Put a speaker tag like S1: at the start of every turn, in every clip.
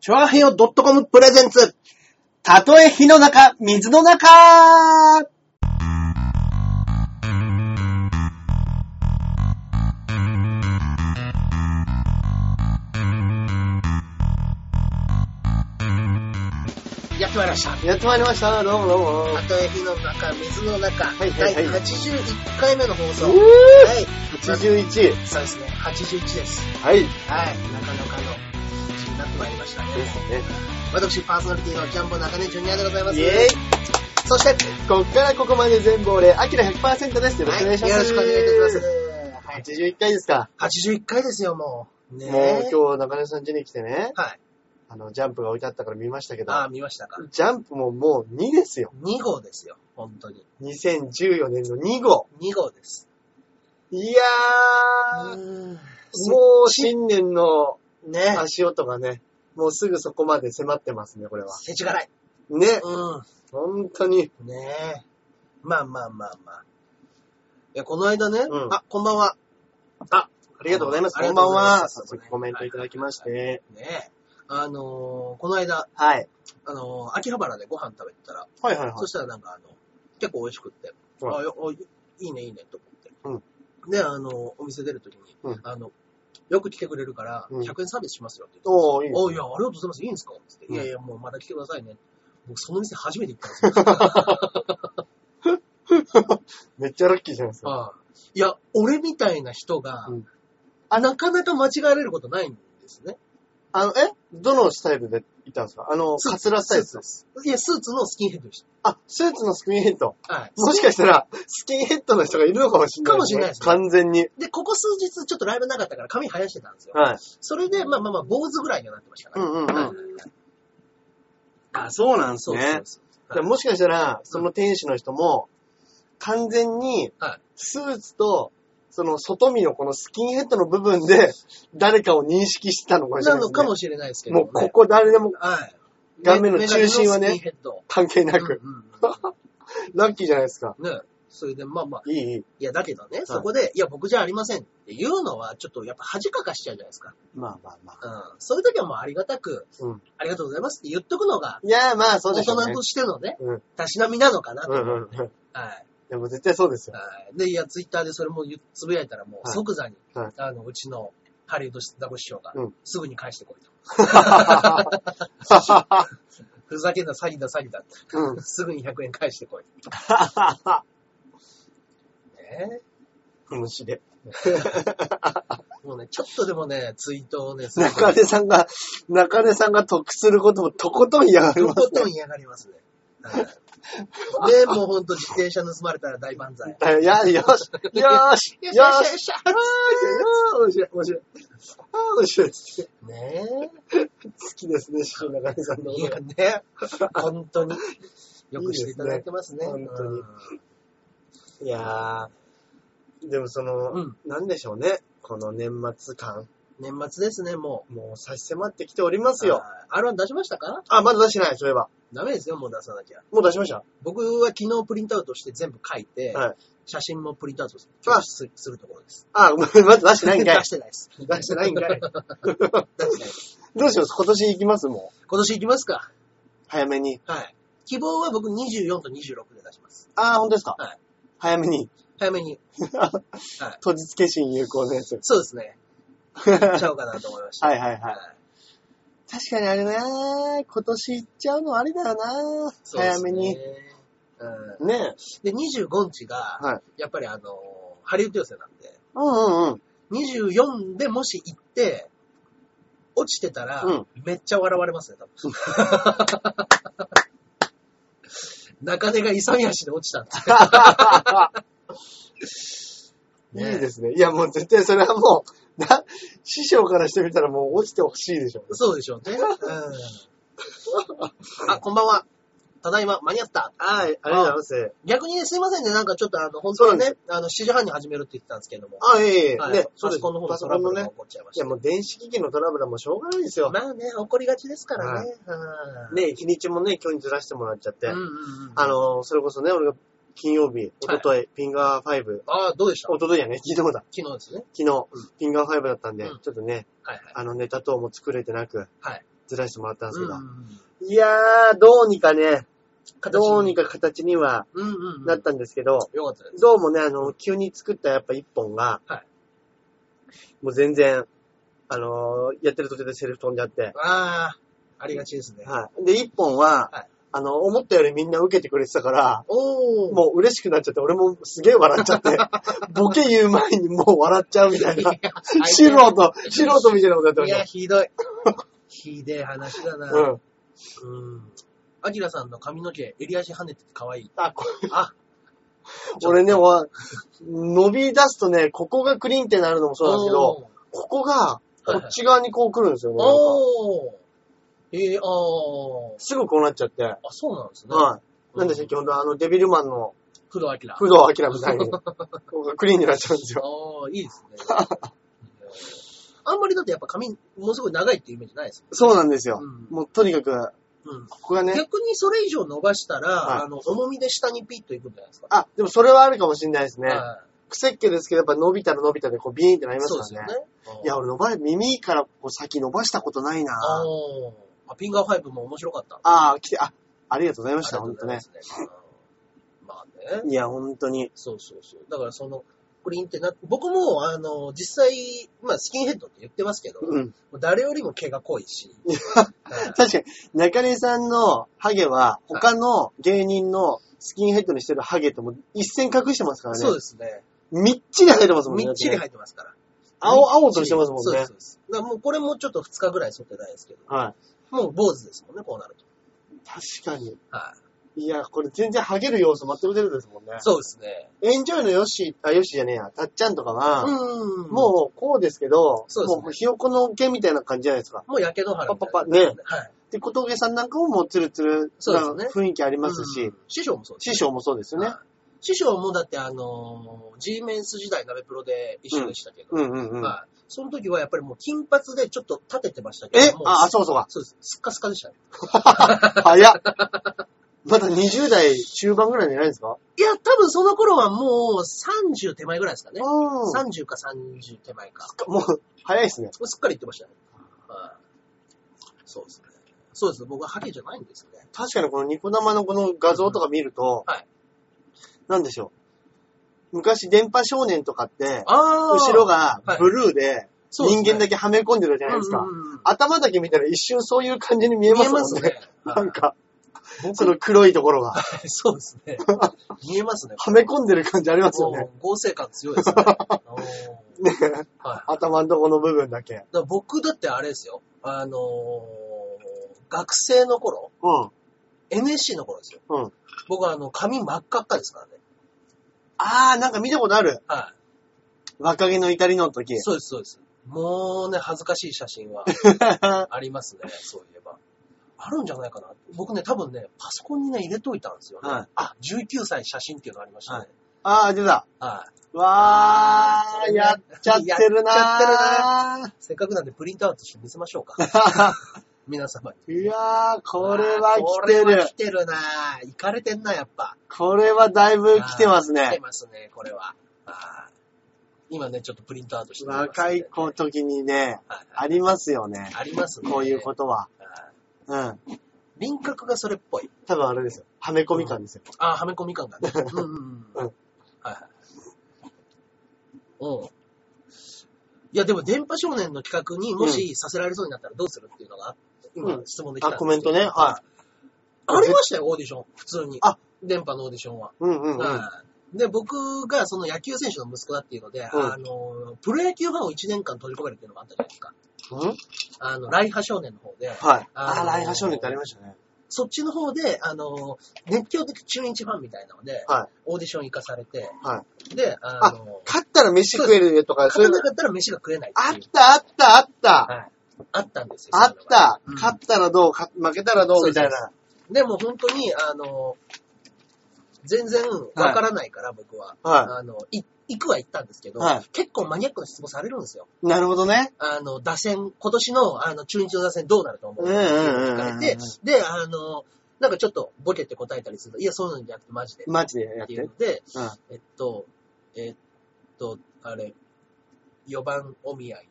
S1: チョアヘヨ .com プレゼンツ。たとえ火の中、水の中
S2: やってまいりました。
S1: やってまいりました。どうもどうも。
S2: たとえ火の中、水の中、
S1: はいはいはい
S2: 第81回目の放送。
S1: う
S2: は
S1: ー
S2: い。
S1: 81。
S2: そうですね、81です。
S1: はい。で
S2: はい。なかなかの年になってまいりましたね。
S1: すね。
S2: 私、パーソナリティのジャンボ中根ジュニアでございます。
S1: イェイ
S2: そして、
S1: こっからここまで全部俺、アキラ100%です。よろしくお願いします。
S2: はよろしくお願いいたします。
S1: 81回ですか。
S2: はい、81回ですよ、もう。ねえ
S1: もう今日中根さん家に来てね、
S2: はい。
S1: あの、ジャンプが置いてあったから見ましたけど、
S2: ああ、見ましたか。
S1: ジャンプももう2ですよ。
S2: 2号ですよ、本当に。
S1: 2014年の2号。
S2: 2号です。
S1: いやー、
S2: ん。
S1: もう新年の
S2: ね
S1: 足音がね、もうすぐそこまで迫ってますね、これは。
S2: せちがらい。
S1: ね、
S2: うん。
S1: 本当に。
S2: ねえ。まあまあまあまあ。いや、この間ね、
S1: うん
S2: あ、こんばんは。
S1: ありがとうございます。
S2: あり
S1: こん
S2: がと
S1: ば
S2: うんございま
S1: は。
S2: す
S1: 早速コメントいただきまして。
S2: ねえ。あのー、この間、
S1: はい。
S2: あのー、秋葉原でご飯食べてたら、
S1: はいはいはい。
S2: そしたらなんかあの、結構美味しくって、
S1: はい
S2: あよおいいいねいいねと思って。で、あのー、お店出るときに、
S1: うん
S2: あの、よく来てくれるから、
S1: うん
S2: 100円サービスしますよって言って、
S1: おー、いいです
S2: おいや、ありがとうございます。いいんですかつって、
S1: うん
S2: いやいや、もうまた来てくださいね。僕、その店初めて行ったんですよ。
S1: めっちゃラッキーじゃないですか。
S2: ああいや、俺みたいな人が、
S1: うん
S2: あなかなか間違われることないんですね。
S1: あの、えどのスタイルでいたんですかあの、
S2: スーツ
S1: カツラスタイルですか
S2: いや、スーツのスキンヘッドでし
S1: あ、スーツのスキンヘッド。
S2: た。はい。
S1: もしかしたら、スキンヘッドの人がいるのかもしれない、
S2: かもしれないですね
S1: 完全に。
S2: で、ここ数日ちょっとライブなかったから髪生やしてたんですよ。
S1: はい。
S2: それで、まあまあまあ、坊主ぐらいにはなってましたから。
S1: うんうんうん
S2: はい
S1: あ、そうなん
S2: そうそうそう
S1: だからもしかしたら、その店主の人も、完全に
S2: はい、
S1: スーツと、その外見のこのスキンヘッドの部分で、誰かを認識してたのかもしれ
S2: な
S1: ない、
S2: のかもしれないですけど、ね。
S1: もうここ誰でも
S2: はい。
S1: 画面の中心はね
S2: メガネのスキンヘッド。
S1: 関係なく、
S2: うんうん
S1: ラッキーじゃないですか。
S2: うんね。それで、まあまあ、
S1: いいいい。
S2: いや、だけどね、そこで、いや、僕じゃありませんっていうのは、ちょっとやっぱ恥かかしちゃうじゃないですか。
S1: まあまあまあ。
S2: うん。そういう時はもうありがたく、
S1: うん
S2: ありがとうございますって言っとくのが、
S1: いやーまあそう
S2: 大
S1: でしょう
S2: 人
S1: ね
S2: と。してのね、
S1: うん
S2: たしなみなのかなと。
S1: うんうんうん。
S2: はい。
S1: でも絶対そう ですよ。
S2: はいで、いや、ツイッターでそれも言うつぶやいたらもう
S1: はい
S2: 即座に、
S1: はい
S2: あの、うちのハリウッドザコシショウが
S1: うん、
S2: すぐに返してこいと。ふざけんな、詐欺だ、詐欺だ。
S1: うん
S2: すぐに100円返してこい。ね
S1: 面白い。
S2: えもうね、ちょっとでもね、ツイートをね、する
S1: 中根さんが、中根さんが得することもとことん嫌がり
S2: と
S1: ま
S2: こ
S1: す
S2: と
S1: ね。
S2: ん嫌がりますね。 はいで、もうほんと自転車盗まれたら大万歳。
S1: いや、よし、よし、よし、よし、
S2: し
S1: あー面白い、面白い。あー面白い。
S2: ね
S1: 好きですね、師匠中根さん
S2: え。
S1: の。
S2: いやね、本当に。よくしていただいてますね。
S1: いいですね本当に
S2: うん
S1: いやー、でもその、
S2: うん
S1: なんでしょうね。この年末感、
S2: 年末ですね、も
S1: もう差し迫ってきておりま
S2: う。
S1: すよ。
S2: あ。R1 出しましたか
S1: あ、まだ出してない、そういえば。
S2: ダメですよ、もう出さなきゃ。
S1: もう出しました
S2: 僕は昨日プリントアウトして全部書いて、
S1: はい
S2: 写真もプリントアウトす
S1: あ
S2: すするところです。
S1: あ、 まだ出してないんかい
S2: 出。してないです。
S1: 出してないんかい。
S2: 出してないです。
S1: どうします今年行きますもう。
S2: 今年行きますか
S1: 早めに。
S2: はい。希望は僕24と26で出します。
S1: あー、本当ですか
S2: はい
S1: 早めに。
S2: 早めに。。
S1: 当日決心有効のや つ
S2: そうですね。行っちゃおうかなと思いました。
S1: はいはいはい。
S2: はい
S1: 確かにあれだな今年行っちゃうのあれだよな
S2: そうで
S1: 早
S2: す
S1: め
S2: ね
S1: に。
S2: うん
S1: ね
S2: で、25日が、
S1: はい
S2: やっぱりあのーハリウッド予選なんで、
S1: うんうんうん。
S2: 24でもし行って、落ちてたら、
S1: うん
S2: めっちゃ笑われますね、多分。 中根が勇み足で落ちたって。
S1: いい
S2: ね
S1: ですね。いやもう絶対それはもう、な、師匠からしてみたらもう落ちてほしいでしょ。
S2: そうでしょうね。うん、あ、こんばんは。ただいま、間に合った。
S1: はい、ありがとうございます。
S2: 逆にね、すいませんね、なんかちょっとあの、本
S1: そう
S2: 当
S1: な
S2: は
S1: んで
S2: ね、あの、7時半に始めるって言ってたんですけども。
S1: あ、いえいえ、
S2: はい
S1: ね、
S2: パソコンの方
S1: パ
S2: の
S1: ソ
S2: ト
S1: コ
S2: ラ
S1: ン
S2: ブ
S1: の
S2: ルが
S1: ね
S2: 起、こっちゃいまし
S1: い
S2: た
S1: や。もう電子機器のトラブルはもうしょうがないですよ。
S2: まあね、怒りがちですからね。うん
S1: ね、日にちもね、今日にずらしてもらっちゃって、
S2: うんうんうん。
S1: あの、それこそね、俺が金曜日、おととい、ピンガー5、
S2: ああ、どうでした
S1: おとといやね、昨日だ、
S2: 昨日ですね。
S1: 昨日、
S2: ん
S1: ピンガー5だったんで、
S2: うん
S1: ちょっとね、
S2: はいはい。
S1: あのネタ等も作れてなく、
S2: はい
S1: ずらしてもらったんですけど。
S2: うん
S1: いやー、どうにかね、どうにか形には
S2: うんうん。
S1: なったんですけど、
S2: よかったです。
S1: どうもね、あの、急に作ったやっぱ一本が、
S2: は
S1: もう全然、あのーやってる途中でセルフ飛んじゃって、
S2: ああ、ありがちですね。
S1: はい。で、一本は、
S2: はい
S1: あの、思ったよりみんな受けてくれてたから、
S2: おー。
S1: もう嬉しくなっちゃって、俺もすげえ笑っちゃ って、ボケ言う前にもう笑っちゃうみたいな。素
S2: いや
S1: 人、素人みたいなことやってま
S2: い
S1: し
S2: や、
S1: た。
S2: ひどい。ひでえ話だな。
S1: うん。
S2: うん。アキラさんの髪の毛、襟足跳ねてて可愛い。
S1: あ、こ
S2: あ、
S1: 俺ね、わ伸び出すとね、ここがクリンってなるのもそうなんですけど、ここが、こっち側にこう来るんですよね。なんか
S2: おー。えー、あー。
S1: すぐこうなっちゃって。
S2: あ、そうなんですね。
S1: はい。なんでしたっけ、ほんと、あの、デビルマンの
S2: 工藤アキラ。
S1: 工藤明みたい に、ここがクリーンになっちゃうんですよ。
S2: ああ、いいです ね。あんまりだってやっぱ髪、ものすごい長いっていうイメージないです
S1: そうなんですよ
S2: も。ん。
S1: もう、とにかく、
S2: うん
S1: ここがね、
S2: 逆にそれ以上伸ばしたら、
S1: はい
S2: あの、重みで下にピッといくんじゃないですか。
S1: あ、でもそれはあるかもしれないですね。
S2: は
S1: 癖っ気ですけど、やっぱ伸びたら伸びたで、こう、ビーンってなり
S2: い。
S1: ま
S2: そうですす
S1: か
S2: よ
S1: ら
S2: ね
S1: ね。。いや、俺伸ば、耳からこう先伸ばしたことないな
S2: ああ。ピンガーファイブも面白かった。
S1: ああ、来て、あ、ありがとうございま
S2: あ
S1: し
S2: り
S1: た、
S2: が
S1: ほ
S2: とうんご
S1: と
S2: ざい
S1: ね
S2: ま。すね。うんまあね。
S1: いや、ほんとに。
S2: そうそうそう。だからその、クリンってな、僕も、あの、実際、まあ、スキンヘッドって言ってますけど、
S1: うん。
S2: 誰よりも毛が濃い し。はい
S1: 確かに、中根さんのハゲは、他の芸人のスキンヘッドにしてるハゲとも一線隠してますからね。
S2: そうですね。
S1: みっちり入ってますもんね。
S2: みっちり
S1: だてね
S2: 入ってますから。
S1: 青、青としてますもん
S2: そうで
S1: ね
S2: す。そうです。だからもうこれもちょっと2日ぐらい剃ってないですけど、
S1: は
S2: もう坊主ですもんね、こうなると。
S1: い。確かに。
S2: はい
S1: や、これ全然ハゲる要素全く出るんですもんね
S2: い。。そうですね。
S1: エンジョイのヨッシー、あ、ヨッシーじゃねえや、たっちゃんとかは、
S2: うん。も
S1: もうこうですけど、
S2: そうですね
S1: もうひよこの毛みたいな感じじゃないですか。
S2: う、もうやけど腹みたいな
S1: パパパね
S2: はい。
S1: で、小峠さんなんかももうツルツル
S2: そ
S1: な
S2: うです
S1: 雰囲気あります
S2: う
S1: し
S2: ん、師匠もそうです
S1: 師匠もそうですよね
S2: は。い師匠もだってあのー、G メンス時代鍋プロで一緒でしたけど、
S1: うんうんうん。
S2: はい。その時はやっぱりもう金髪でちょっと立ててましたけど、
S1: え
S2: もう
S1: あ、あ、そうかそうか。
S2: そうです。すっかすかでしたね。
S1: 早っ。まだ20代中盤ぐらいじゃないですか
S2: いや、多分その頃はもう30手前ぐらいですかね。
S1: うん。
S2: 30か30手前か。
S1: もう、早いですね。
S2: すっかり言ってましたね。そうですね。そうですね。僕はハゲじゃないんですね。
S1: 確かにこのニコ生のこの画像とか見ると、
S2: はい
S1: なんでしょう。昔、電波少年とかって、
S2: あ
S1: 後ろがブルーで、
S2: そうです
S1: 人
S2: ね
S1: 間だけはめ込んでるじゃないですか。頭だけ見たら一瞬そういう感じに見えま
S2: 見え
S1: すもん
S2: ます
S1: ね。
S2: ね。
S1: なんか、
S2: 僕
S1: その黒いところ が、
S2: そうです ね。見えますね。
S1: はめ込んでる感じありますよね。
S2: もう合成感強 いですね。おーはい。
S1: ね
S2: だか
S1: 頭のとこの部分だけ。
S2: ら僕だってあれですよ。あのー学生の頃、
S1: うん。
S2: NSC の頃ですよ。
S1: うん
S2: 僕はあの、髪真っ赤っかですからね。
S1: あー、なんか見たことある。
S2: は
S1: 若気の至りの時
S2: い。。そうです、そうです。もうね、恥ずかしい写 真は。ありますね、そういえば。あるんじゃないかな。僕ね、多分ね、パソコンにね、入れといたんですよね。
S1: はい
S2: あ、19歳写真っていうのありましたね。
S1: あー、出た。
S2: はい。
S1: わ
S2: あ
S1: ー、
S2: ー
S1: やっちゃってるなー。
S2: やっちゃせっかくなんでプリントアウトして見せましょうか。 皆様に。
S1: いやー、これは来て
S2: これ
S1: る
S2: は。来てるなぁ。行かれてんな、やっぱ。
S1: これはだいぶ来てます
S2: 来て
S1: ね。
S2: ますね、これは。はい今ね、ちょっとプリントアウトしてみますんで
S1: 若い子時にね、
S2: はい
S1: ありますよね。
S2: ありますね。
S1: こういうことは。
S2: はい
S1: うん。
S2: 輪郭がそれっぽい。
S1: 多分あれですよ。はめ込み感ですよ。
S2: あー、はめ込み感がね。うんうんうん。
S1: うん
S2: はいはい。うん。いや、でも、電波少年の企画にもしさせられそうになったらどうするっていうのが、今
S1: う、ん
S2: 質問できたん
S1: あ、
S2: ですけど
S1: コメントね。は
S2: ありましたよ、オーディション。普通に。
S1: あ
S2: 電波のオーディションは。
S1: い。うんうんうん。
S2: はいで、僕がその野球選手の息子だっていうので、あの、プロ野球ファンを1年間閉じ込めるっていうのがあったじゃないですか。
S1: うん
S2: あの、ライハ少年の方で、
S1: はい。
S2: あ
S1: あー、
S2: のー
S1: ライハ少年ってありましたね。
S2: そっちの方で、あの、熱狂的中日ファンみたいなので、
S1: は
S2: オーディション行かされて、
S1: は
S2: で、あの、
S1: 勝ったら飯食えるとか、そういう
S2: 勝た
S1: の
S2: な。かったら飯が食えない
S1: あっ
S2: っ
S1: て
S2: いう。
S1: た、あった、あった。
S2: はいあったんですよ。
S1: あっ
S2: そういうのが
S1: た。
S2: うん
S1: 勝ったらどう、か負けたらどうみたい
S2: そう
S1: な。
S2: でも本当に、あの、全然わからないから、僕は。
S1: は
S2: あの、い行くは行ったんですけど、
S1: はい
S2: 結構マニアックな質問されるんですよ。
S1: い。なるほどね。
S2: あの、打線、今年の、あの、中日の打線どうなると思う
S1: うんうんうんうん
S2: 聞かれて、で、あの、なんかちょっとボケて答えたりすると、いや、そうなんじゃなくてマジで。
S1: マジでやっ
S2: って
S1: て
S2: いう。ので、
S1: うん
S2: えっと、えっと、あれ、4番お見合い。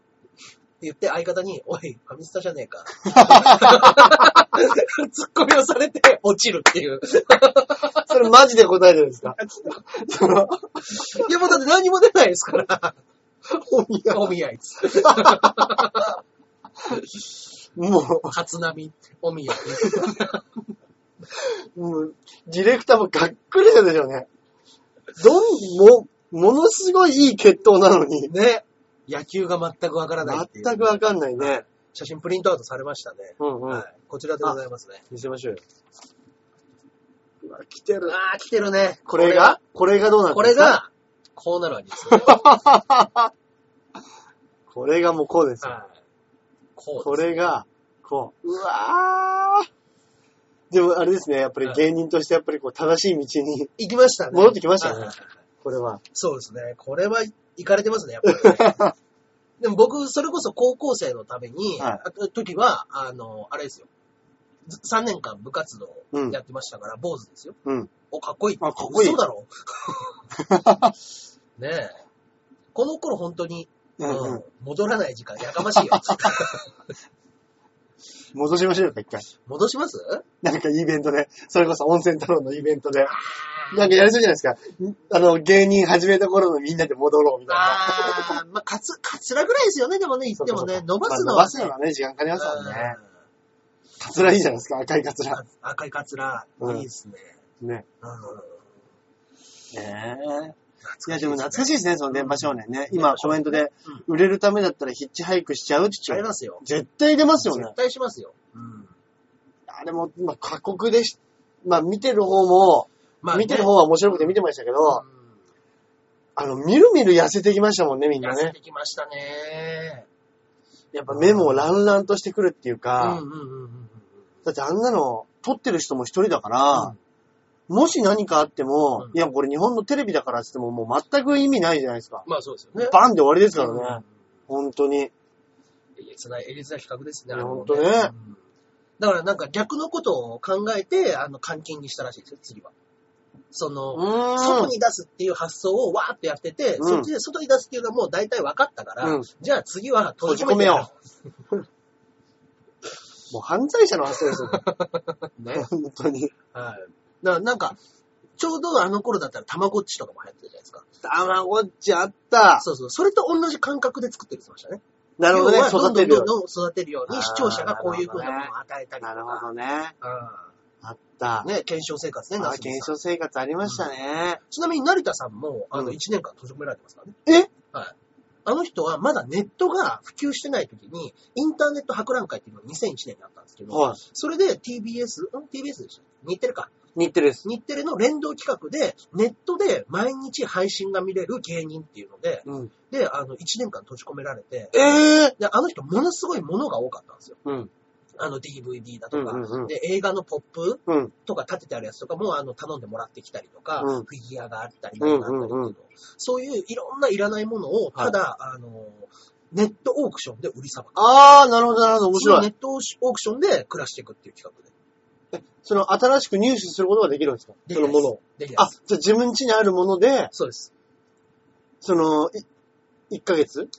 S2: 言って相方に、おい、ファミスタじゃねえか。ツッコミをされて落ちるっていう。
S1: それマジで答えてるん ですかその、
S2: いや、もうだって何も出ないですから。
S1: お見合い
S2: お見合いっつって。
S1: も
S2: 初波、お見合い。
S1: う、もう、ディレクターもがっくりしたでしょうね。どん、も、ものすごいいい決闘なのに、
S2: ね。野球が全くわからないっていう。
S1: 全くわかんないね。
S2: 写真プリントアウトされましたね。
S1: うんう
S2: は
S1: ん。
S2: い。こちらでございますね。
S1: 見せましょうよ。
S2: うわ、来てる。あー来てるね。
S1: これがこれがどうなって
S2: こ
S1: るんです
S2: れ
S1: か
S2: が、こうなるわけですよ。
S1: これがもうこうですよ。
S2: はい。こう
S1: こ
S2: です。
S1: れが、こう。うわー。でもあれですね、やっぱり芸人としてやっぱりこう正しい道に
S2: 行きましたね。
S1: 戻ってきましたね
S2: はい。
S1: これは。
S2: そうですね。これは、行かれてますね、やっ ぱり、ね。でも僕、それこそ高校生のために、
S1: はい
S2: あ時は、あの、あれですよ。3年間部活動やってましたから、坊主ですよ。
S1: うん。
S2: お、かっこいい。
S1: あかっこいい
S2: そうだ ろ。ねえ。この頃本当に、
S1: うんうん
S2: うん戻らない時間、やかましいよ。
S1: 戻しましょうか、一回。
S2: 戻します
S1: なんかイベントで、それこそ温泉太郎のイベントで、なんかやりそうじゃないですか。んあの、芸人始めた頃のみんなで戻ろうみたいな。
S2: ああ、まあ、かつ、かつらぐらいですよね、でもね、言ってもね。伸ばすの
S1: まあ伸ばす
S2: は、
S1: のはね、時間かかりますもんね。
S2: うん
S1: カツラいいじゃないですか、赤いカツラ。
S2: 赤いカツラ、
S1: うん
S2: いいですね。
S1: ね。
S2: うん
S1: ねえ。いや、
S2: 懐かし
S1: でも懐かしいですね、その電波少年ね。今、コメントで
S2: うん、
S1: 売れるためだったらヒッチハイクしちゃうって
S2: あ
S1: 言っ
S2: り
S1: て
S2: ますよ。
S1: 絶対出ますよね
S2: 絶。対しますよ。うん。
S1: あれも、まあ、過酷でし、まあ、見てる方も、
S2: まあね
S1: 見てる方は面白くて見てましたけど、あの、みるみる痩せてきましたもんね、み
S2: うんん
S1: な
S2: 痩せ
S1: ね。
S2: てきましたね。
S1: やっぱ目もランランとしてくるっていう
S2: う
S1: か、
S2: んうんうんうん
S1: だってあんなの、撮ってる人も一人だから
S2: う、
S1: もし何かあっても、
S2: うん
S1: いや、これ日本のテレビだからって言っても、もう全く意味ないじゃないですか。
S2: まあそうですよね。
S1: バンで終わりですからね。
S2: うん
S1: 本当に。
S2: えげつない、えげつない比較ですね。
S1: いや
S2: あの
S1: ほんとね
S2: うんだからなんか逆のことを考えて、あの、監禁にしたらしいですよ、次は。その、
S1: う
S2: 外に出すっていう発想をわーっとやってて、
S1: うん
S2: そっちで外に出すっていうのはもう大体分かったから、
S1: うん
S2: じゃあ次は
S1: 閉
S2: 閉じ
S1: じ
S2: 込
S1: 込
S2: め
S1: め
S2: よ
S1: よう。もう犯罪者の発想ですよね。
S2: う。ね。
S1: 本当に。
S2: はい。だからなんか、ちょうどあの頃だったらたまごっちとかも流行ってるじゃないですか。
S1: たまごっちあった。
S2: そうそう。それと同じ感覚で作ってるってましたね。
S1: なるほどね。
S2: 要は
S1: 育てる
S2: ど
S1: よ
S2: ん。どんどん育てるよう
S1: あ
S2: に
S1: ー
S2: 視聴者がこういう風なものを与えたりと
S1: なるほ
S2: か。
S1: どね。あった。
S2: うんね、検証生活ね、
S1: あ
S2: 夏美
S1: 検
S2: さん
S1: 証生活ありましたね。
S2: ちなみに成田さんも、あの、
S1: うん
S2: 1年間閉じ込められてますからね。
S1: え
S2: はい。あの人はまだネットが普及してない時に、インターネット博覧会っていうのが2001年にあったんですけど、
S1: はい。
S2: それで TBS、ん ?TBS でした日テレか。
S1: 日テレです。
S2: 日テレの連動企画で、ネットで毎日配信が見れる芸人っていうので、
S1: うん。
S2: で、あの、1年間閉じ込められて、
S1: ええ
S2: で、あの人ものすごいものが多かったんですよ。
S1: うん。
S2: あの DVD だとか、
S1: うんうんうん
S2: で、映画のポップ
S1: うん。
S2: とか立ててあるやつとかも、あの、頼んでもらってきたりとか、
S1: うん
S2: フィギュアがあったり、
S1: うんうんうん
S2: 何があったりっていうのそういういろんないらないものを、
S1: は
S2: た
S1: い
S2: だ、あの、ネットオークションで売りさばく。
S1: あー、なるほど、なるほど。面
S2: そ
S1: 白
S2: のネ
S1: い。
S2: ットオークションで暮らしていくっていう企画で。
S1: その、新しく入手することができるんですか
S2: で
S1: そのものを。。
S2: できない
S1: あ
S2: です。、
S1: じゃあ自分家にあるもので、
S2: そうです。
S1: その、1ヶ月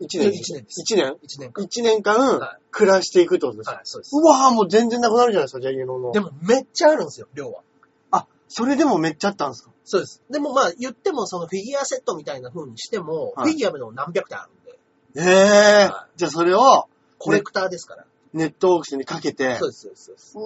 S1: ?1
S2: いや
S1: 年
S2: 一年です
S1: 一年
S2: 1年間。
S1: 一年
S2: は
S1: 間、暮らしていくってことです
S2: はい
S1: か、、
S2: そうです。
S1: うわー、もう全然なくなるじゃないですか、じゃあ家のの
S2: で。もめっちゃあるんですよ、量は。
S1: あ、それでもめっちゃあったんですか
S2: そうです。でもまあ言ってもそのフィギュアセットみたいな風にしても、
S1: はい
S2: フィギュアでも何百点あるんで、
S1: ええ
S2: は
S1: じゃあそれを、
S2: コレクターですから。
S1: ネットオークションにかけて
S2: そ、うです、そうですそうです。
S1: う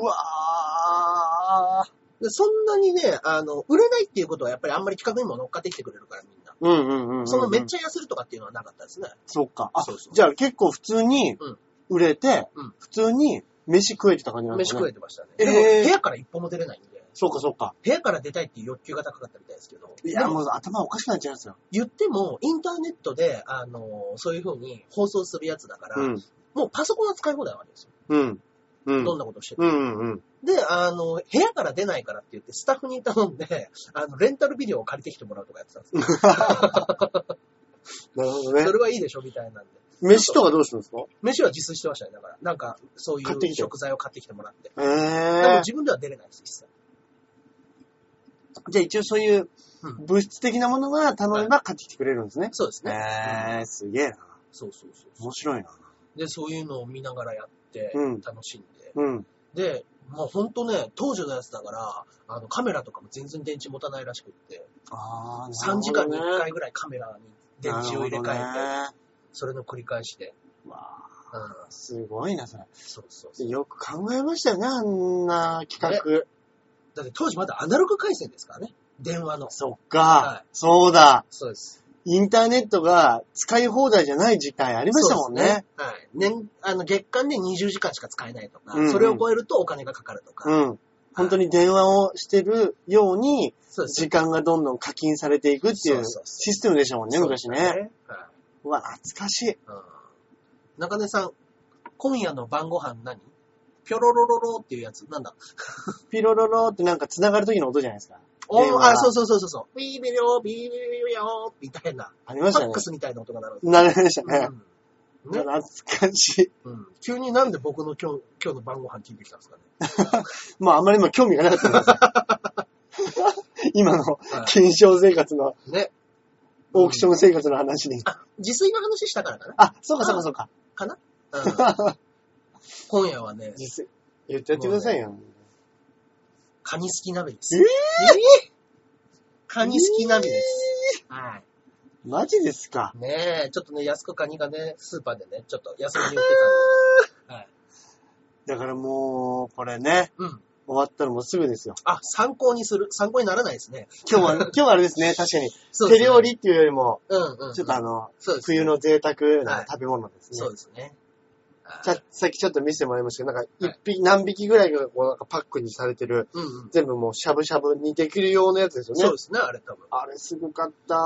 S1: わー。
S2: で、そんなにね、あの、売れないっていうことはやっぱりあんまり企画にも乗っかってきてくれるからみんな。
S1: うんうんうんうん、うん。
S2: そのめっちゃ痩せるとかっていうのはなかったですね。
S1: そっか。あ、
S2: そうそう
S1: じゃあ結構普通に
S2: うん
S1: 売れて、
S2: うん
S1: 普通に飯食えてた感じなんで
S2: 飯
S1: すね。
S2: 食えてましたね。
S1: え
S2: で
S1: ー
S2: も部屋から一歩も出れないんで、
S1: そうかそうか。
S2: 部屋から出たいっていう欲求が高かったみたいですけど、
S1: い
S2: で
S1: や、
S2: も
S1: もう頭おかしくなっちゃうんですよ。
S2: 言ってもインターネットで、あの、そういう風に放送するやつだから、
S1: うん。
S2: もうパソコンは使い放題はあるんですよ。
S1: うん。うん。
S2: どんなことしても
S1: うんうんうん。
S2: で、あの、部屋から出ないからって言って、スタッフに頼んで、 あの、レンタルビデオを借りてきてもらうとかやってた んですよ。
S1: なるほどね
S2: そ。れはいいでしょみたいなんで。
S1: 飯とかどうするんですか
S2: 飯は自炊してましたね、だから。なんか、そうい
S1: 買って
S2: う
S1: きて
S2: 食材を買ってきてもらって。でも
S1: ええ
S2: 自分では出れないです、一切。
S1: じゃあ一応そういう
S2: うん
S1: 物質的なものが頼めば買ってきてくれるんですね。
S2: そうですね。
S1: ええすげえな。
S2: そうそうそうそう。
S1: 面白いな。
S2: で、そういうのを見ながらやって
S1: うん、
S2: 楽しんで。
S1: うん。
S2: で、まあほんとね、当時のやつだから、あの、カメラとかも全然電池持たないらしくって、
S1: ああ、
S2: 3時間に1回ぐらいカメラに電池を入れ替
S1: なる
S2: えて、
S1: ほどね
S2: それの繰り返しで。
S1: うわあ
S2: うん、
S1: すごいな、それ。
S2: そうそうそう。
S1: よく考えましたよね、あんな企画。
S2: だって当時まだアナログ回線ですからね。電話の。
S1: そっか、
S2: はい
S1: そうだ。
S2: そうです。
S1: インターネットが使い放題じゃない時間ありましたもんね。
S2: そうですね。はい。年、あの、月間で20時間しか使えないとか、
S1: うんうん
S2: それを超えるとお金がかかるとか。
S1: うん。本当に電話をしてるように、
S2: そうです。
S1: 時間がどんどん課金されていくってい
S2: そう
S1: う
S2: そうそう
S1: システムでしたもんね、昔
S2: そうです
S1: ね。。
S2: はい。
S1: うわ、懐かしい。
S2: うん中根さん、今夜の晩ご飯何ピョロロロロっていうやつ、なんだ
S1: ピロロロってなんか繋がる時の音じゃないですか。
S2: お
S1: 電
S2: ー
S1: 話
S2: あ、そうそうそうそうそう。ビービリョー、ビービリョー、みたいな。
S1: ありま
S2: フ
S1: した
S2: ァッ
S1: ね
S2: ク。スみたいな音が鳴るんで
S1: なりました
S2: すよ
S1: ね。
S2: うんね
S1: 懐かしい。
S2: うん急になんで僕の今日、今日の晩ご飯聞いてきたんですかね。
S1: まあ、あんまり今興味がなかったん ですよ今の
S2: は
S1: 金賞生活の、
S2: いね。
S1: オークション生活の話に。
S2: あ、自炊の話したからかな
S1: あ、そうかそうかそう か。
S2: かな、うん今夜はね、
S1: 実際言ってやってくださいよ。
S2: カニすき鍋で
S1: え
S2: す。カニすき鍋です。はい。
S1: ー、マジですか。
S2: ねえ、ちょっとね、安くカニがね、スーパーでね、ちょっと安めに売ってたんで。はい。
S1: だからもう、これね、
S2: うん。
S1: 終わったらもうすぐですよ。
S2: あ、参考にする。参考にならないですね。
S1: 今日は、今日はあれですね、確かに。
S2: そうです
S1: 手
S2: ね
S1: 料理っていうよりも、
S2: うんうんうん。
S1: ちょっとあの、
S2: そうですね
S1: 冬の贅沢な食べ物ですね。
S2: そうですね。
S1: ささっきちょっと見せてもらいましたけど、なんか一匹、何匹ぐらいがこうなんかパックにされてる、
S2: うんうん。
S1: 全部もうしゃぶしゃぶにできる用のやつですよね。
S2: そうですね、あれ多分。
S1: あれすごかった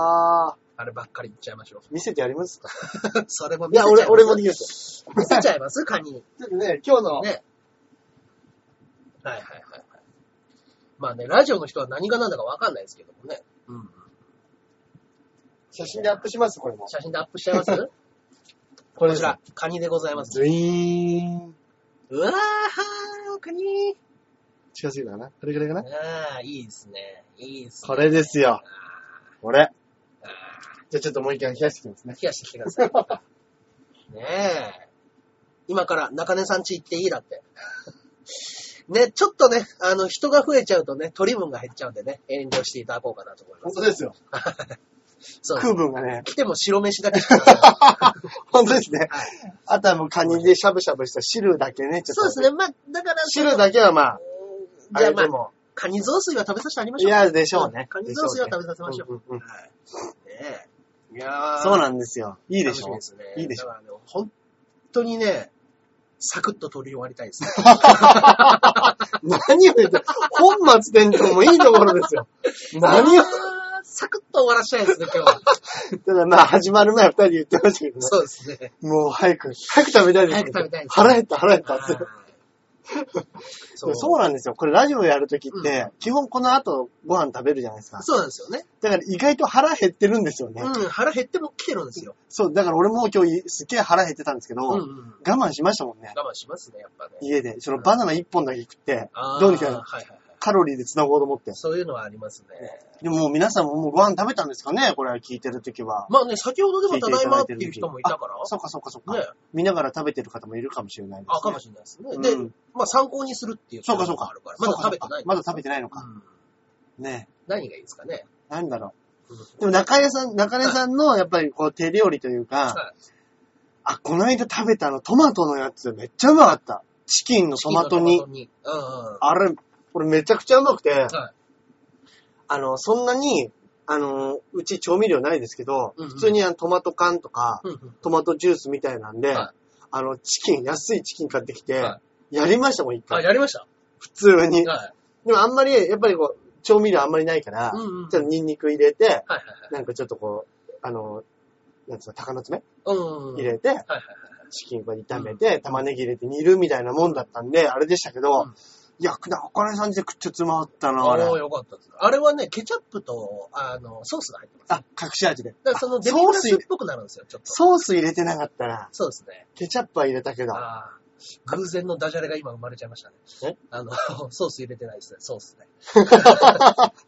S2: あればっかり言っちゃいましょう。
S1: 見せてやりますか
S2: それも
S1: いや、俺、俺もできますよ。
S2: 見せちゃいますカニ。
S1: ちょっとね、今日の、
S2: ね。はいはいはいはい。まあね、ラジオの人は何が何だかわかんないですけどもね。うんうん。
S1: 写真でアップします、これも。
S2: 写真でアップしちゃいます
S1: こ
S2: こちら、カニでございます。
S1: ズイーン。
S2: うわーはー、カニ。
S1: 近すぎたかなこれぐらいかな
S2: ああ、いいですね。いいですね。
S1: これですよ。これ。じゃあちょっともう一回冷やしてきますね。
S2: 冷やしてきてくださ い。ねえ。今から中根さん家行っていいだって。 ね、ちょっとね、あの、人が増えちゃうとね、取り分が減っちゃうんでね、遠慮していただこうかなと思いま
S1: 本
S2: す。
S1: 当ですよ。
S2: そうです
S1: 空分がね。
S2: 来ても白飯 だけしか出さない
S1: 本当ですね
S2: は。
S1: あとはもうカニでしゃぶしゃぶした汁だけね、ちょっと。
S2: そうですね、まあ、だから、
S1: 汁だけはまあ、
S2: うんじゃあま
S1: れ
S2: あ
S1: で、も
S2: カニ雑炊は食べさせてあげま
S1: い
S2: しょう。
S1: や、でしょうね。
S2: カニ雑炊は食べさせましょう。
S1: うんうんうん
S2: はい。ねえ。いや
S1: そう
S2: の
S1: なんですよ。いいでしょう
S2: 楽みですね。
S1: いいでしょ
S2: だからね、本当にね、サクッと取り終わりたいですね。
S1: 何を言って、本末転倒もいいところ ですよ。何を、
S2: あーサクッと終わらせたいですね、今日は。
S1: ただまあ始まる前二人で言ってましたけどね。
S2: そうですね。
S1: もう早く、早く食べたいです
S2: 早
S1: け
S2: く
S1: ど。
S2: 食べたいですね。
S1: 腹減った、腹減った。
S2: はいそ
S1: そうう
S2: そう
S1: なんですよ。これラジオやるときって、
S2: う
S1: 基本この後ご飯食べるじゃないですか。
S2: なんですよね。
S1: だから意外と腹減ってるんですよね。
S2: うん、腹減っても来てるんですよ。
S1: そう、だから俺も今日すっげえ腹減ってたんですけど、
S2: うん、うん。
S1: 我慢しましたもんね。
S2: 我慢しますね、やっぱね。
S1: 家で。そのバナナ一本だけ食って
S2: あー、
S1: どうにか
S2: はいはいはい。
S1: カロリーで繋ごうと思って。
S2: そういうのはありますね。
S1: でももう皆さんももうご飯食べたんですかねこれ聞いてるときは。
S2: まあね、先ほどでもただいまっていう人もいたから、
S1: そうかそうかそうか。
S2: ね、
S1: 見ながら食べてる方もいるかもしれないです、ね。
S2: あ、かもしれないですね。で、
S1: うん
S2: まあ参考にするっていう
S1: そうかそうか
S2: のもあるから、まだ食べてない。
S1: まだ食べてないのか。
S2: うん
S1: ね
S2: 何がいいですかね。
S1: え。なんだろ
S2: うん
S1: う。でも中根さん、中根さんのやっぱりこう手料理というか、
S2: はい
S1: あ、この間食べたあのトマトのやつめっちゃうまかった。チキンのトマト煮。
S2: チキンのトマト煮。うんうん。
S1: あれ、これめちゃくちゃうまくて、
S2: はい
S1: あの、そんなに、あの、うち調味料ないですけど、
S2: うんうん
S1: 普通にあのトマト缶とか、
S2: うんうん
S1: トマトジュースみたいなんで、
S2: は
S1: あの、チキン、安いチキン買ってきて、
S2: は
S1: やりましたもん、一
S2: あ、
S1: 回。
S2: やりました
S1: 普通に。
S2: はい。
S1: でもあんまり、やっぱりこう、調味料あんまりないから、
S2: うんうん
S1: ちょっとニンニク入れて、
S2: はいはい
S1: なんかちょっとこう、あの、なんつうの、鷹の爪
S2: はい。うんうん。
S1: 入れて、
S2: はいはい
S1: チキンこう炒めて、玉ねぎ入れて煮るみたいなもんだったんで、あれでしたけど、
S2: うん
S1: いや、な、お金さんでくっちゃつまったな、あ
S2: はい。ああ、
S1: れ。
S2: よかったです。あれはね、ケチャップと、あの、ソースが入ってます。だ
S1: あ、隠し味で。
S2: からその
S1: あ
S2: デミグラス
S1: ソー
S2: っ
S1: ス
S2: ぽくなるんですよ、ちょっと。
S1: ソース入れてなかったら、
S2: そうですね。
S1: ケチャップは入れたけど、
S2: ああ。偶然のダジャレが今生まれちゃいましたね
S1: え。
S2: あの、 ソース入れてないですね、ソースね。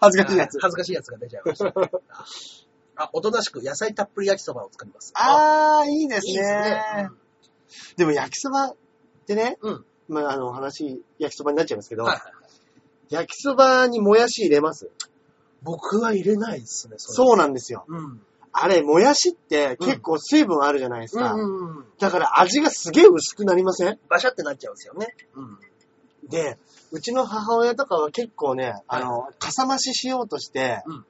S1: 恥ずかしいやつ。
S2: 恥ずかしいやつが出ちゃいましたね。あ、おとなしく野菜たっぷり焼きそばを作ります。
S1: あー、いいです
S2: いい
S1: ね
S2: ですね。うん
S1: でも焼きそばってね、
S2: うん
S1: まあ、あの、話、焼きそばになっちゃいますけど、
S2: はい。
S1: 焼きそばにもやし入れます
S2: 僕は入れないですね、それ。
S1: そうなんですよ。
S2: う。うん。
S1: あれ、もやしって結構水分あるじゃないです
S2: う
S1: か。
S2: んうんうん。
S1: だから味がすげえ薄くなりません
S2: バシャってなっちゃうんですよね。うん。
S1: で、うちの母親とかは結構ね、あの、かさ増ししようとして、
S2: うん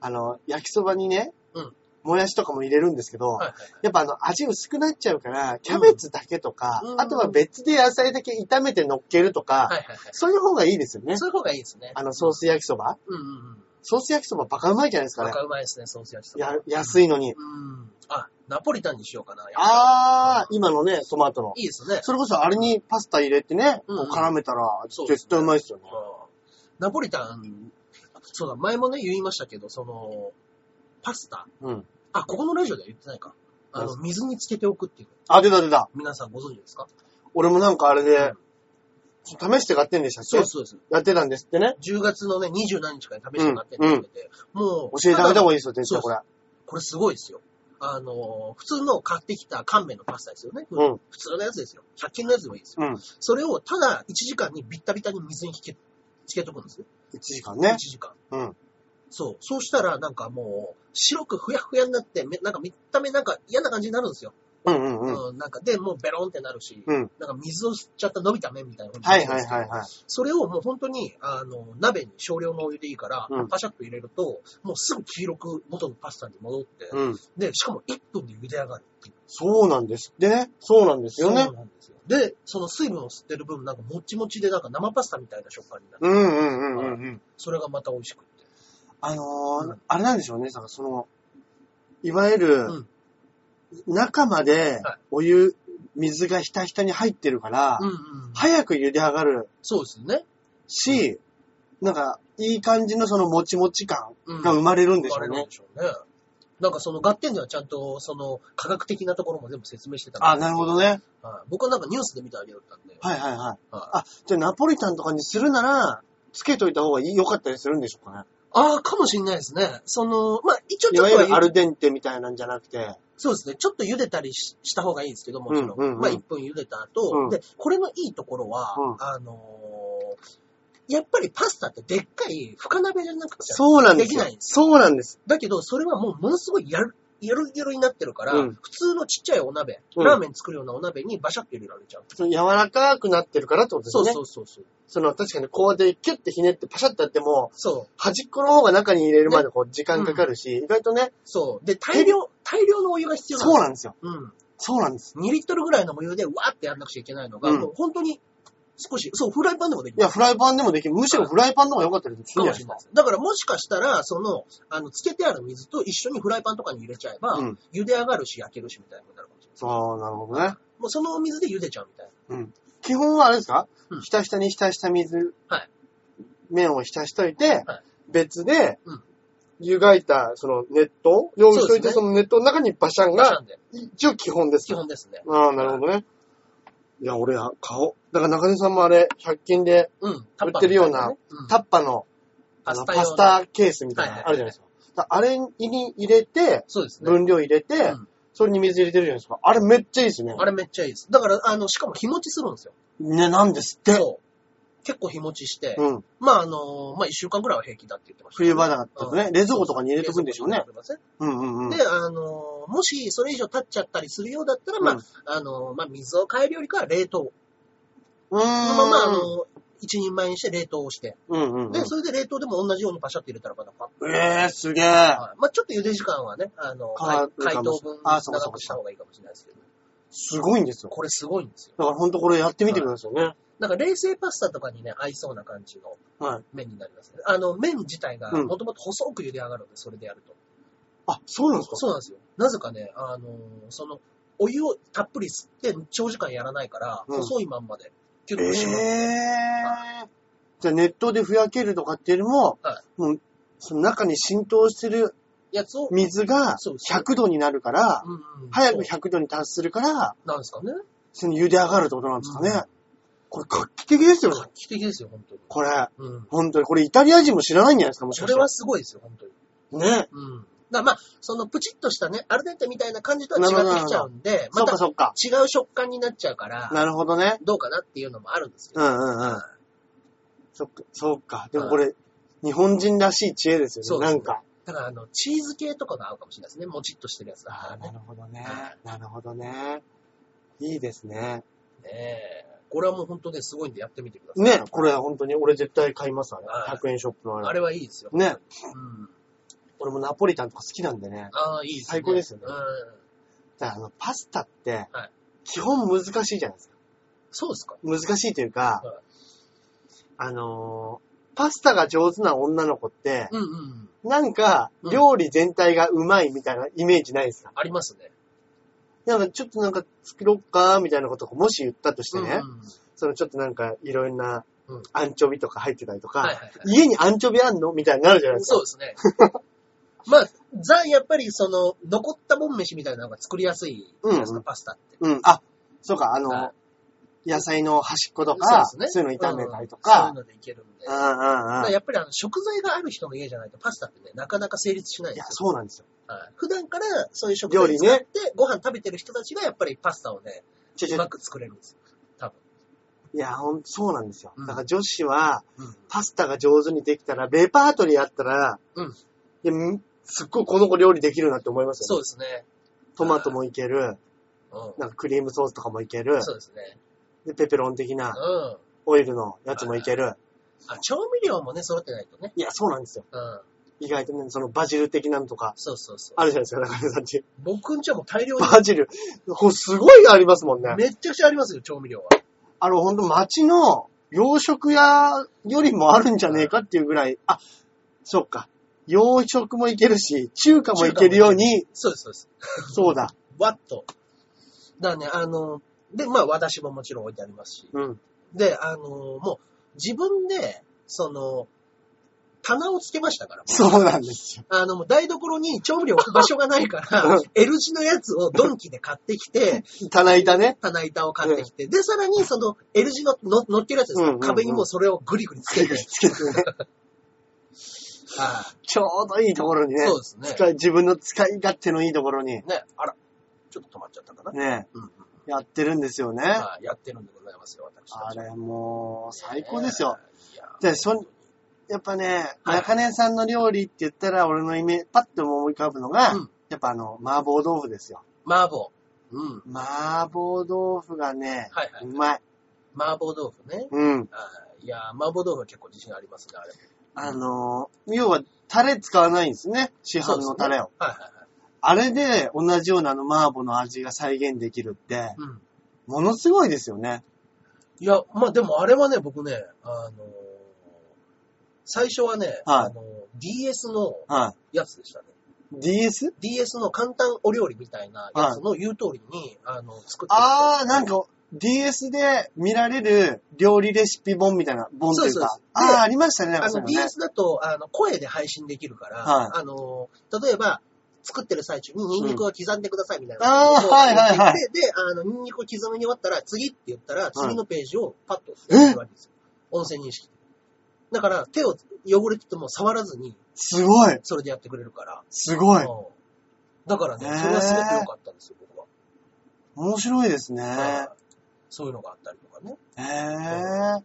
S1: あの、焼きそばにね、
S2: うん
S1: もやしとかも入れるんですけど、
S2: はいはい
S1: やっぱあの、味薄くなっちゃうから、キャベツだけとか、
S2: うん
S1: あとは別で野菜だけ炒めて乗っけるとか、
S2: はいはいはい。
S1: そういう方がいいですよね。
S2: そういう方がいいですね。
S1: あの、ソース焼きそば
S2: うんうんうん。
S1: ソース焼きそばバカうまいじゃないですか
S2: な
S1: ね
S2: ん。かうまいですね、ソース焼きそば。
S1: や、安いのに。
S2: うん。あ、ナポリタンにしようかな。
S1: あー、今のね、トマトの。
S2: いいですね。
S1: それこそあれにパスタ入れてね、
S2: うん
S1: こう絡めたら
S2: そうですね
S1: 絶対うまいですよね。
S2: ナポリタン、あそうだ、前もね、言いましたけど、その、パスタ。
S1: うん。
S2: あ、ここのラジオでは言ってないか。あ
S1: 何で
S2: の、水につけておくっていう。
S1: あ、出た出た。
S2: 皆さんご存知ですか
S1: 俺もなんかあれ
S2: う
S1: で
S2: ん、
S1: ちょっと試して買ってんでしたっ
S2: そう
S1: け
S2: ですそうです。
S1: やってたんですってね。
S2: 10月のね、20何日かに試してもらってん
S1: うん
S2: だけど、もう、
S1: 教えてあげた方
S2: ただ
S1: がいいですよ、絶対これ。
S2: これすごいですよ。あの、普通の買ってきた乾麺のパスタですよね。
S1: うん
S2: 普通のやつですよ。100均のやつでもいいですよ。
S1: うん。1
S2: それをただ1時間にビッタビタに水につけつけとくんですね。
S1: 時間ね
S2: 1。時間。
S1: うん。
S2: そう。そうしたら、なんかもう、白くふやふやになって、めなんか見た目なんか嫌な感じになるんですよ。
S1: うんうんうん。
S2: うん。なんか、で、もうベロンってなるし、
S1: うん。
S2: なんか水を吸っちゃった伸びた麺みたいな感じ
S1: は
S2: に
S1: い
S2: なる
S1: はい
S2: んですけど
S1: はいはい。
S2: それをもう本当に、あの、鍋に少量のお湯でいいから、
S1: うん
S2: パシャッと入れると、もうすぐ黄色く元のパスタに戻って、
S1: うん。
S2: で、しかも1分で茹で上がるっていう。
S1: そうなんですってね。そうなんですよね
S2: そう。なんですよ。で、その水分を吸ってる分、なんかもちもちでなんか生パスタみたいな食感になる。
S1: うんうんうんうんうん。
S2: それがまた美味しくって。
S1: あの
S2: う
S1: ー
S2: ん、
S1: あれなんでしょうね、だからその、いわゆる
S2: うん、
S1: 中まで
S2: はい
S1: お湯、水がひたひたに入ってるから、
S2: うんうん。
S1: 早く茹で上がる
S2: そうですね。
S1: し、なんか、いい感じのそのもちもち感
S2: うん
S1: が生まれるんでし
S2: あ
S1: ょ
S2: れ
S1: う
S2: なん
S1: ね。
S2: でしょうね。なんかその、ガッテンではちゃんと、その、科学的なところも全部説明してたんで
S1: あ、なるほどね。
S2: はい僕はなんかニュースで見ただけだったんで。
S1: はいはいはい。
S2: はい
S1: あ、じゃあナポリタンとかにするなら、つけといた方がいい良かったりするんでしょうかね。
S2: ああ、かもしれないですね。その、まあ、一応
S1: い
S2: ちょ
S1: わ
S2: っと
S1: ゆ
S2: は
S1: るアルデンテみたいなんじゃなくて、
S2: そうですね。ちょっと茹でたりしした方がいいんですけど、もちろん。
S1: うんうんうん
S2: まあ、1分茹でた後、
S1: うん
S2: で、これのいいところは、
S1: うん
S2: あのーやっぱりパスタってでっかい深鍋じゃなくて、
S1: そうなんですよ
S2: できないん。です
S1: そうなんです。
S2: だけど、それはもうものすごいやる、ゆるゆるになってるから、
S1: うん
S2: 普通のちっちゃいお鍋、
S1: うん
S2: ラーメン作るようなお鍋にバシャッと入れられちゃう。
S1: その柔らかくなってるからってことです
S2: そう
S1: ね。
S2: そうそうそう。
S1: その確かにこうやってキュッてひねってパシャってやっても、
S2: そう。
S1: 端っこの方が中に入れるまでこう時間かかるし、意外とね、
S2: そう。で、大量、大量のお湯が必要
S1: そうなん
S2: ん
S1: ですよ。
S2: ですよ。
S1: そうなんです。
S2: うん。2リットルぐらいのお湯でわーってやんなくちゃいけないのが、
S1: うん
S2: もう本当に少し、そう、フライパンでもでき
S1: い
S2: る。
S1: や、フライパンでもできる。むしろフライパンの方が良かったりするんじゃな
S2: かも
S1: いで
S2: しれ
S1: す
S2: ない
S1: か
S2: で。す。だからもしかしたら、その、あの、つけてある水と一緒にフライパンとかに入れちゃえば、
S1: うん
S2: 茹で上がるし焼けるしみたいなことになるかもしれない。
S1: そう、なるほどね。
S2: もうそのお水で茹でちゃうみたいな。
S1: うん。基本はあれですか、
S2: うん
S1: ひたひたに浸した水、
S2: はい
S1: 麺を浸しといて、
S2: はい
S1: 別で、
S2: うん
S1: 湯がいた、その熱湯、用意しといて、そ,、
S2: そ
S1: の
S2: うですね
S1: 熱湯の中にバシャン
S2: バシャ
S1: が、
S2: ンで。
S1: 一応基本です
S2: 基
S1: か。
S2: 本ですね。
S1: ああ、なるほどね。いや、俺は顔。だから中根さんもあれ、100均で、
S2: うん。
S1: 売ってるようなタ
S2: ッ
S1: ッパの、
S2: パ
S1: あ
S2: ス
S1: の
S2: タ
S1: パ
S2: 用
S1: ス
S2: の
S1: タケースみたいな
S2: はい
S1: の
S2: は
S1: ある
S2: い
S1: じゃないですか。だからあれに入れて、
S2: そうですね。
S1: 分量入れて、
S2: うん
S1: それに水入れてるじゃないですか。あれめっちゃいいですね。
S2: あれめっちゃいいです。だから、あの、しかも日持ちするんですよ。
S1: ね、なんですって。
S2: そう。結構日持ちして、
S1: うん。
S2: まあ、あの、まあ、一週間ぐらいは平気だって言ってましたね、
S1: 冬場だったとね、冷蔵庫とかに入れとくんでしょうね
S2: 冷。蔵庫に入れて
S1: うんうんうん。
S2: ますねで、あの、もしそれ以上経っちゃったりするようだったら、まあ、
S1: うん
S2: あの、まあ、水を変えるよりかは冷凍。
S1: うーん
S2: そのまま、あの、一人前にして冷凍をして。
S1: うんうんうん。
S2: で、それで冷凍でも同じようにパシャって入れたらまだパッ
S1: えー、すげえ。
S2: はいまあ、ちょっと茹で時間はね、あの、
S1: 変わるかもし
S2: 解凍分
S1: あ
S2: 長
S1: そうかそうか
S2: くした方がいいかもしれないですけど。
S1: すごいんですよ。
S2: これすごいんですよ。
S1: だからほんとこれやってみてくださいね。
S2: なんか冷製パスタとかにね、合いそうな感じの
S1: はい。
S2: 麺になりますね。あの、麺自体が
S1: うん
S2: もともと細く茹で上がるので、それでやると。
S1: あ、そうなんですか
S2: そうなんですよ。なぜかね、あのーその、お湯をたっぷり吸って長時間やらないから、
S1: うん
S2: 細いまんまで、キュッとしまう。
S1: えー。じゃあ熱湯でふやけるとかっていうよりも、
S2: は
S1: もう、その中に浸透してる
S2: やつを、
S1: 水が
S2: そうそう
S1: 100度になるから、
S2: うんうん
S1: 早
S2: そ
S1: く
S2: う
S1: 100度に達するから、
S2: なんですかね。
S1: その茹で上がるってことなんですかね。
S2: うん
S1: これ画期的ですよ
S2: 画
S1: ね。
S2: 期的ですよ、本当に。
S1: これ。
S2: うん。
S1: 本当に、これイタリア人も知らないんじゃないですか、もし
S2: そ
S1: か
S2: れ
S1: したら
S2: はすごいですよ、本当に。
S1: ね。
S2: うん。だからまあ、そのプチッとしたね、アルデンテみたいな感じとは違ってきちゃうんで、
S1: そ
S2: ま
S1: ったかそっか。
S2: 違う食感になっちゃうから、
S1: なるほどね。
S2: どうかなっていうのもあるんですけ
S1: う
S2: ど。
S1: んうんうん。そっか、そうか。でもこれ、日本人らしい知恵です
S2: そ
S1: よ
S2: う
S1: ね。な
S2: ですね
S1: んか。
S2: だから、あの、チーズ系とかが合うかもしれないですね。もちっとしてるやつだか
S1: あ
S2: ら
S1: あ、
S2: ね
S1: な。るほどね
S2: は。
S1: なるほどね。いいですね。
S2: ねえこれはもう本当ね、すごいんでやってみてください。
S1: ね、これ本当に俺絶対買いますわね
S2: は。い
S1: 100円ショップのあ
S2: あ
S1: れ。
S2: れはいいですよ。
S1: ね、
S2: うん。
S1: 俺もナポリタンとか好きなんでね。
S2: ああ、いいですね。
S1: 最高ですよね
S2: うん。
S1: だからあの、パスタって
S2: はい、
S1: 基本難しいじゃないですか。
S2: そうですか。
S1: 難しいというか
S2: はい、
S1: あのー、パスタが上手な女の子って、
S2: うんうん。
S1: なんか、
S2: うん
S1: 料理全体がうまいみたいなイメージないですか
S2: ありますね。
S1: なんかちょっとなんか作ろっかみたいなことをもし言ったとしてね、
S2: うんうん
S1: そのちょっとなんかいろんな
S2: うん
S1: アンチョビとか入ってたりとか、
S2: はいはいはい
S1: 家にアンチョビあんのみたいになるじゃないです
S2: そ
S1: か。
S2: うですね。 まあ、ザ、やっぱりその、残ったもん飯みたいなのが作りやすいじゃないですか、
S1: うん
S2: パスタって。
S1: うん。あ、そうか、あの、
S2: は
S1: 野菜の端っこと
S2: そう
S1: か、
S2: ですね。
S1: そういうの炒めたりとか
S2: うん、そういうのでいけるんで。
S1: うん
S2: だ
S1: う
S2: か
S1: んう
S2: ら
S1: ん。
S2: やっぱりあの食材がある人の家じゃないとパスタってね、なかなか成立しない
S1: い
S2: んで
S1: や、
S2: す
S1: そうなんですよ。
S2: よ。はい普段からそういう食材を
S1: 料理
S2: 使
S1: ね
S2: ってご飯食べてる人たちがやっぱりパスタをね、
S1: ちょち
S2: う
S1: ょ
S2: まく作れるんですよ。多分。
S1: いや、ほんとそうなんですよ
S2: う。ん
S1: だから女子は、
S2: うん。
S1: パスタが上手にできたら、レパートリーあったら、
S2: うん
S1: いやんすっごいこの子料理できるなって思います
S2: そ
S1: よ、
S2: う
S1: ね。
S2: ですね。
S1: トマトもいける、
S2: う
S1: なんかクリームソースとかもいける
S2: ん。、そうですね。
S1: でペペロン的
S2: う。
S1: なんオイルのやつもいける。
S2: あ、調味料もね、揃ってないとね。
S1: いや、そうなんですよ。
S2: うん。
S1: 意外とね、そのバジル的なのとか、
S2: そうそうそう。
S1: あるじゃないですか、中根さんち。
S2: 僕んちはもう大量 に、
S1: バジル。こうすごいありますもんね。
S2: めっちゃくちゃありますよ、調味料は。
S1: あの、ほんと街の洋食屋よりもあるんじゃねえかっていうぐらい、あ、そっか。洋食もいけるし、中華もいけるように、
S2: そうです、そうです。
S1: そうだ。
S2: わっと。だからね、あの、で、まあ、私ももちろん置いてありますし。
S1: うん。
S2: で、あの、もう、自分で、その、棚をつけましたから。
S1: そうなんですよ。
S2: あの、もう台所に調味料置く場所がないから
S1: うん、
S2: L 字のやつをドンキで買ってきて、
S1: 棚板ね。
S2: 棚板を買ってきて、で、さらにその L 字のの乗ってるやつですか、
S1: うんうんうん
S2: 壁にもうそれをグリグリつけて。
S1: つけてね。
S2: は
S1: ちょうどいいところに
S2: い
S1: ね。
S2: そうですね。
S1: 使い自分の使い勝手のいいところに、
S2: ね、あら、ちょっと止まっちゃったかな。
S1: ね、
S2: うんうん
S1: やってるんですよね。
S2: はいやってるんでございますよ、私
S1: あ
S2: たちは。
S1: れもう、最高ですよ。
S2: いや。
S1: でそんやっぱね、
S2: はい
S1: 中根さんの料理って言ったら、俺のイメージ、パッと思い浮かぶのが、
S2: うん
S1: やっぱあの、麻婆豆腐ですよ。
S2: 麻婆。うん。
S1: 麻婆豆腐がね、
S2: はいはいう
S1: まい。
S2: 麻婆豆腐ね。
S1: うん。
S2: あーいやー、麻婆豆腐は結構自信ありますね、あれ。
S1: あのー、要は、タレ使わないんですね。市販のタレを。
S2: はいはいはい。
S1: あれで、同じようなあの麻婆の味が再現できるって、
S2: うん。
S1: ものすごいですよね。
S2: いや、まあでもあれはね、僕ね、あのー最初はね、
S1: はい
S2: あのー DS の
S1: は
S2: やつでしたね。
S1: い。DS?
S2: DS の簡単お料理みたいなやつの言う通りに、あの、作って
S1: あー、なん
S2: か、
S1: か、DS で見られる料理レシピ本みたいな、本という
S2: そうそうそ
S1: か
S2: う。
S1: あ
S2: で
S1: ー、ありましたね。なん
S2: あ
S1: かそう
S2: の、
S1: いうのね
S2: DS だと、あの、声で配信できるから、
S1: は
S2: あの、例えば、作ってる最中にニンニクを刻んでくださいみたいな。
S1: あー
S2: こう
S1: はいはいはい
S2: 言ってで、あの、ニンニクを刻みに終わったら、次って言ったら、次のページをパッと
S1: え
S2: やるわけですよ。音声認識。だから、手を汚れてても触らずに、
S1: すごい、
S2: それでやってくれるから。
S1: すごい。
S2: うんだからね、
S1: へー
S2: それはすごく良かったんですよ、僕は。
S1: 面白いですね。
S2: はいそういうのがあったりとかね。
S1: へー。
S2: はいはいはいはい。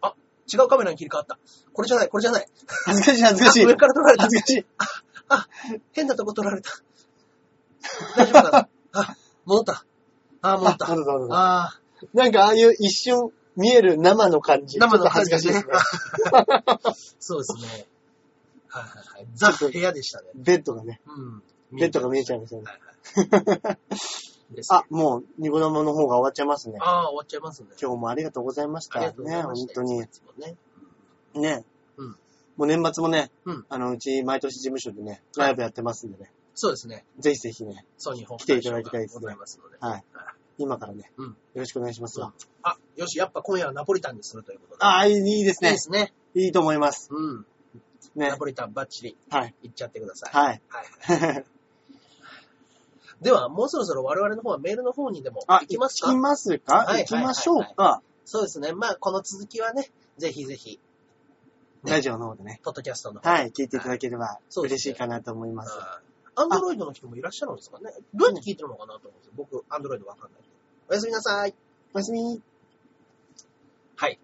S2: あ、違うカメラに切り替わった。これじゃない、これじゃない。
S1: 恥ずかしい、恥ずかしい
S2: あ上。から撮られた。
S1: 恥ずかしい。
S2: 変なとこ取られた。大丈夫か なあ、戻った。あ、戻
S1: あ
S2: っ、た。
S1: どうぞどうぞ。
S2: ああ、
S1: なんかああいう一瞬見える生の感じ。
S2: 生
S1: ちょ
S2: の
S1: っと恥ずかしいですね。
S2: そうですね。はいはいはい。ザ・部屋でしたね。
S1: ベッドがね、
S2: うん。
S1: ベッドが見えちゃ
S2: う。
S1: いますよね。
S2: はいはい。です
S1: あ
S2: あ、、
S1: もう、ニコ生の方が終わっちゃいますね。
S2: ああ、終わっちゃいますね。
S1: 今日もありがとうございました。
S2: あり
S1: ね
S2: がとうございま
S1: 本
S2: す。
S1: 当に
S2: い。つもね。
S1: ね。
S2: うん
S1: もう年末もね、
S2: うん
S1: あの、うち毎年事務所でね、
S2: はい
S1: ライブやってますんでね、
S2: そうですね。
S1: ぜひぜひね、
S2: ソニーホーム
S1: 来ていただきたいですね
S2: ございますので。
S1: はい。今からね、
S2: うん
S1: よろしくお願いしますわ。
S2: あ、よし、やっぱ今夜はナポリタンにするということで。
S1: ああ、いいいいです
S2: い
S1: ね
S2: いで。すね。
S1: いいと思います。
S2: うん。
S1: ね
S2: ナ。ポリタンバッチリ
S1: はい。
S2: いっちゃってください。
S1: はい。
S2: はい。 では、もうそろそろ我々の方はメールの方にでも行きます
S1: 行き
S2: か
S1: ますか
S2: は
S1: 行
S2: い
S1: きましょうか。
S2: そうですね。まあ、この続きはね、ぜひぜひ、
S1: ラジオの方でね、
S2: ポッドキャストの。
S1: はい、聞いていただければ
S2: そうです
S1: 嬉
S2: ね
S1: しいかなと思います。
S2: アンドロイドの人もいらっしゃるんですかねどうやって聞いてるのかなと思うんですよ。僕、アンドロイドわかんないんで。おやすみなさい。
S1: おやすみ。
S2: はい。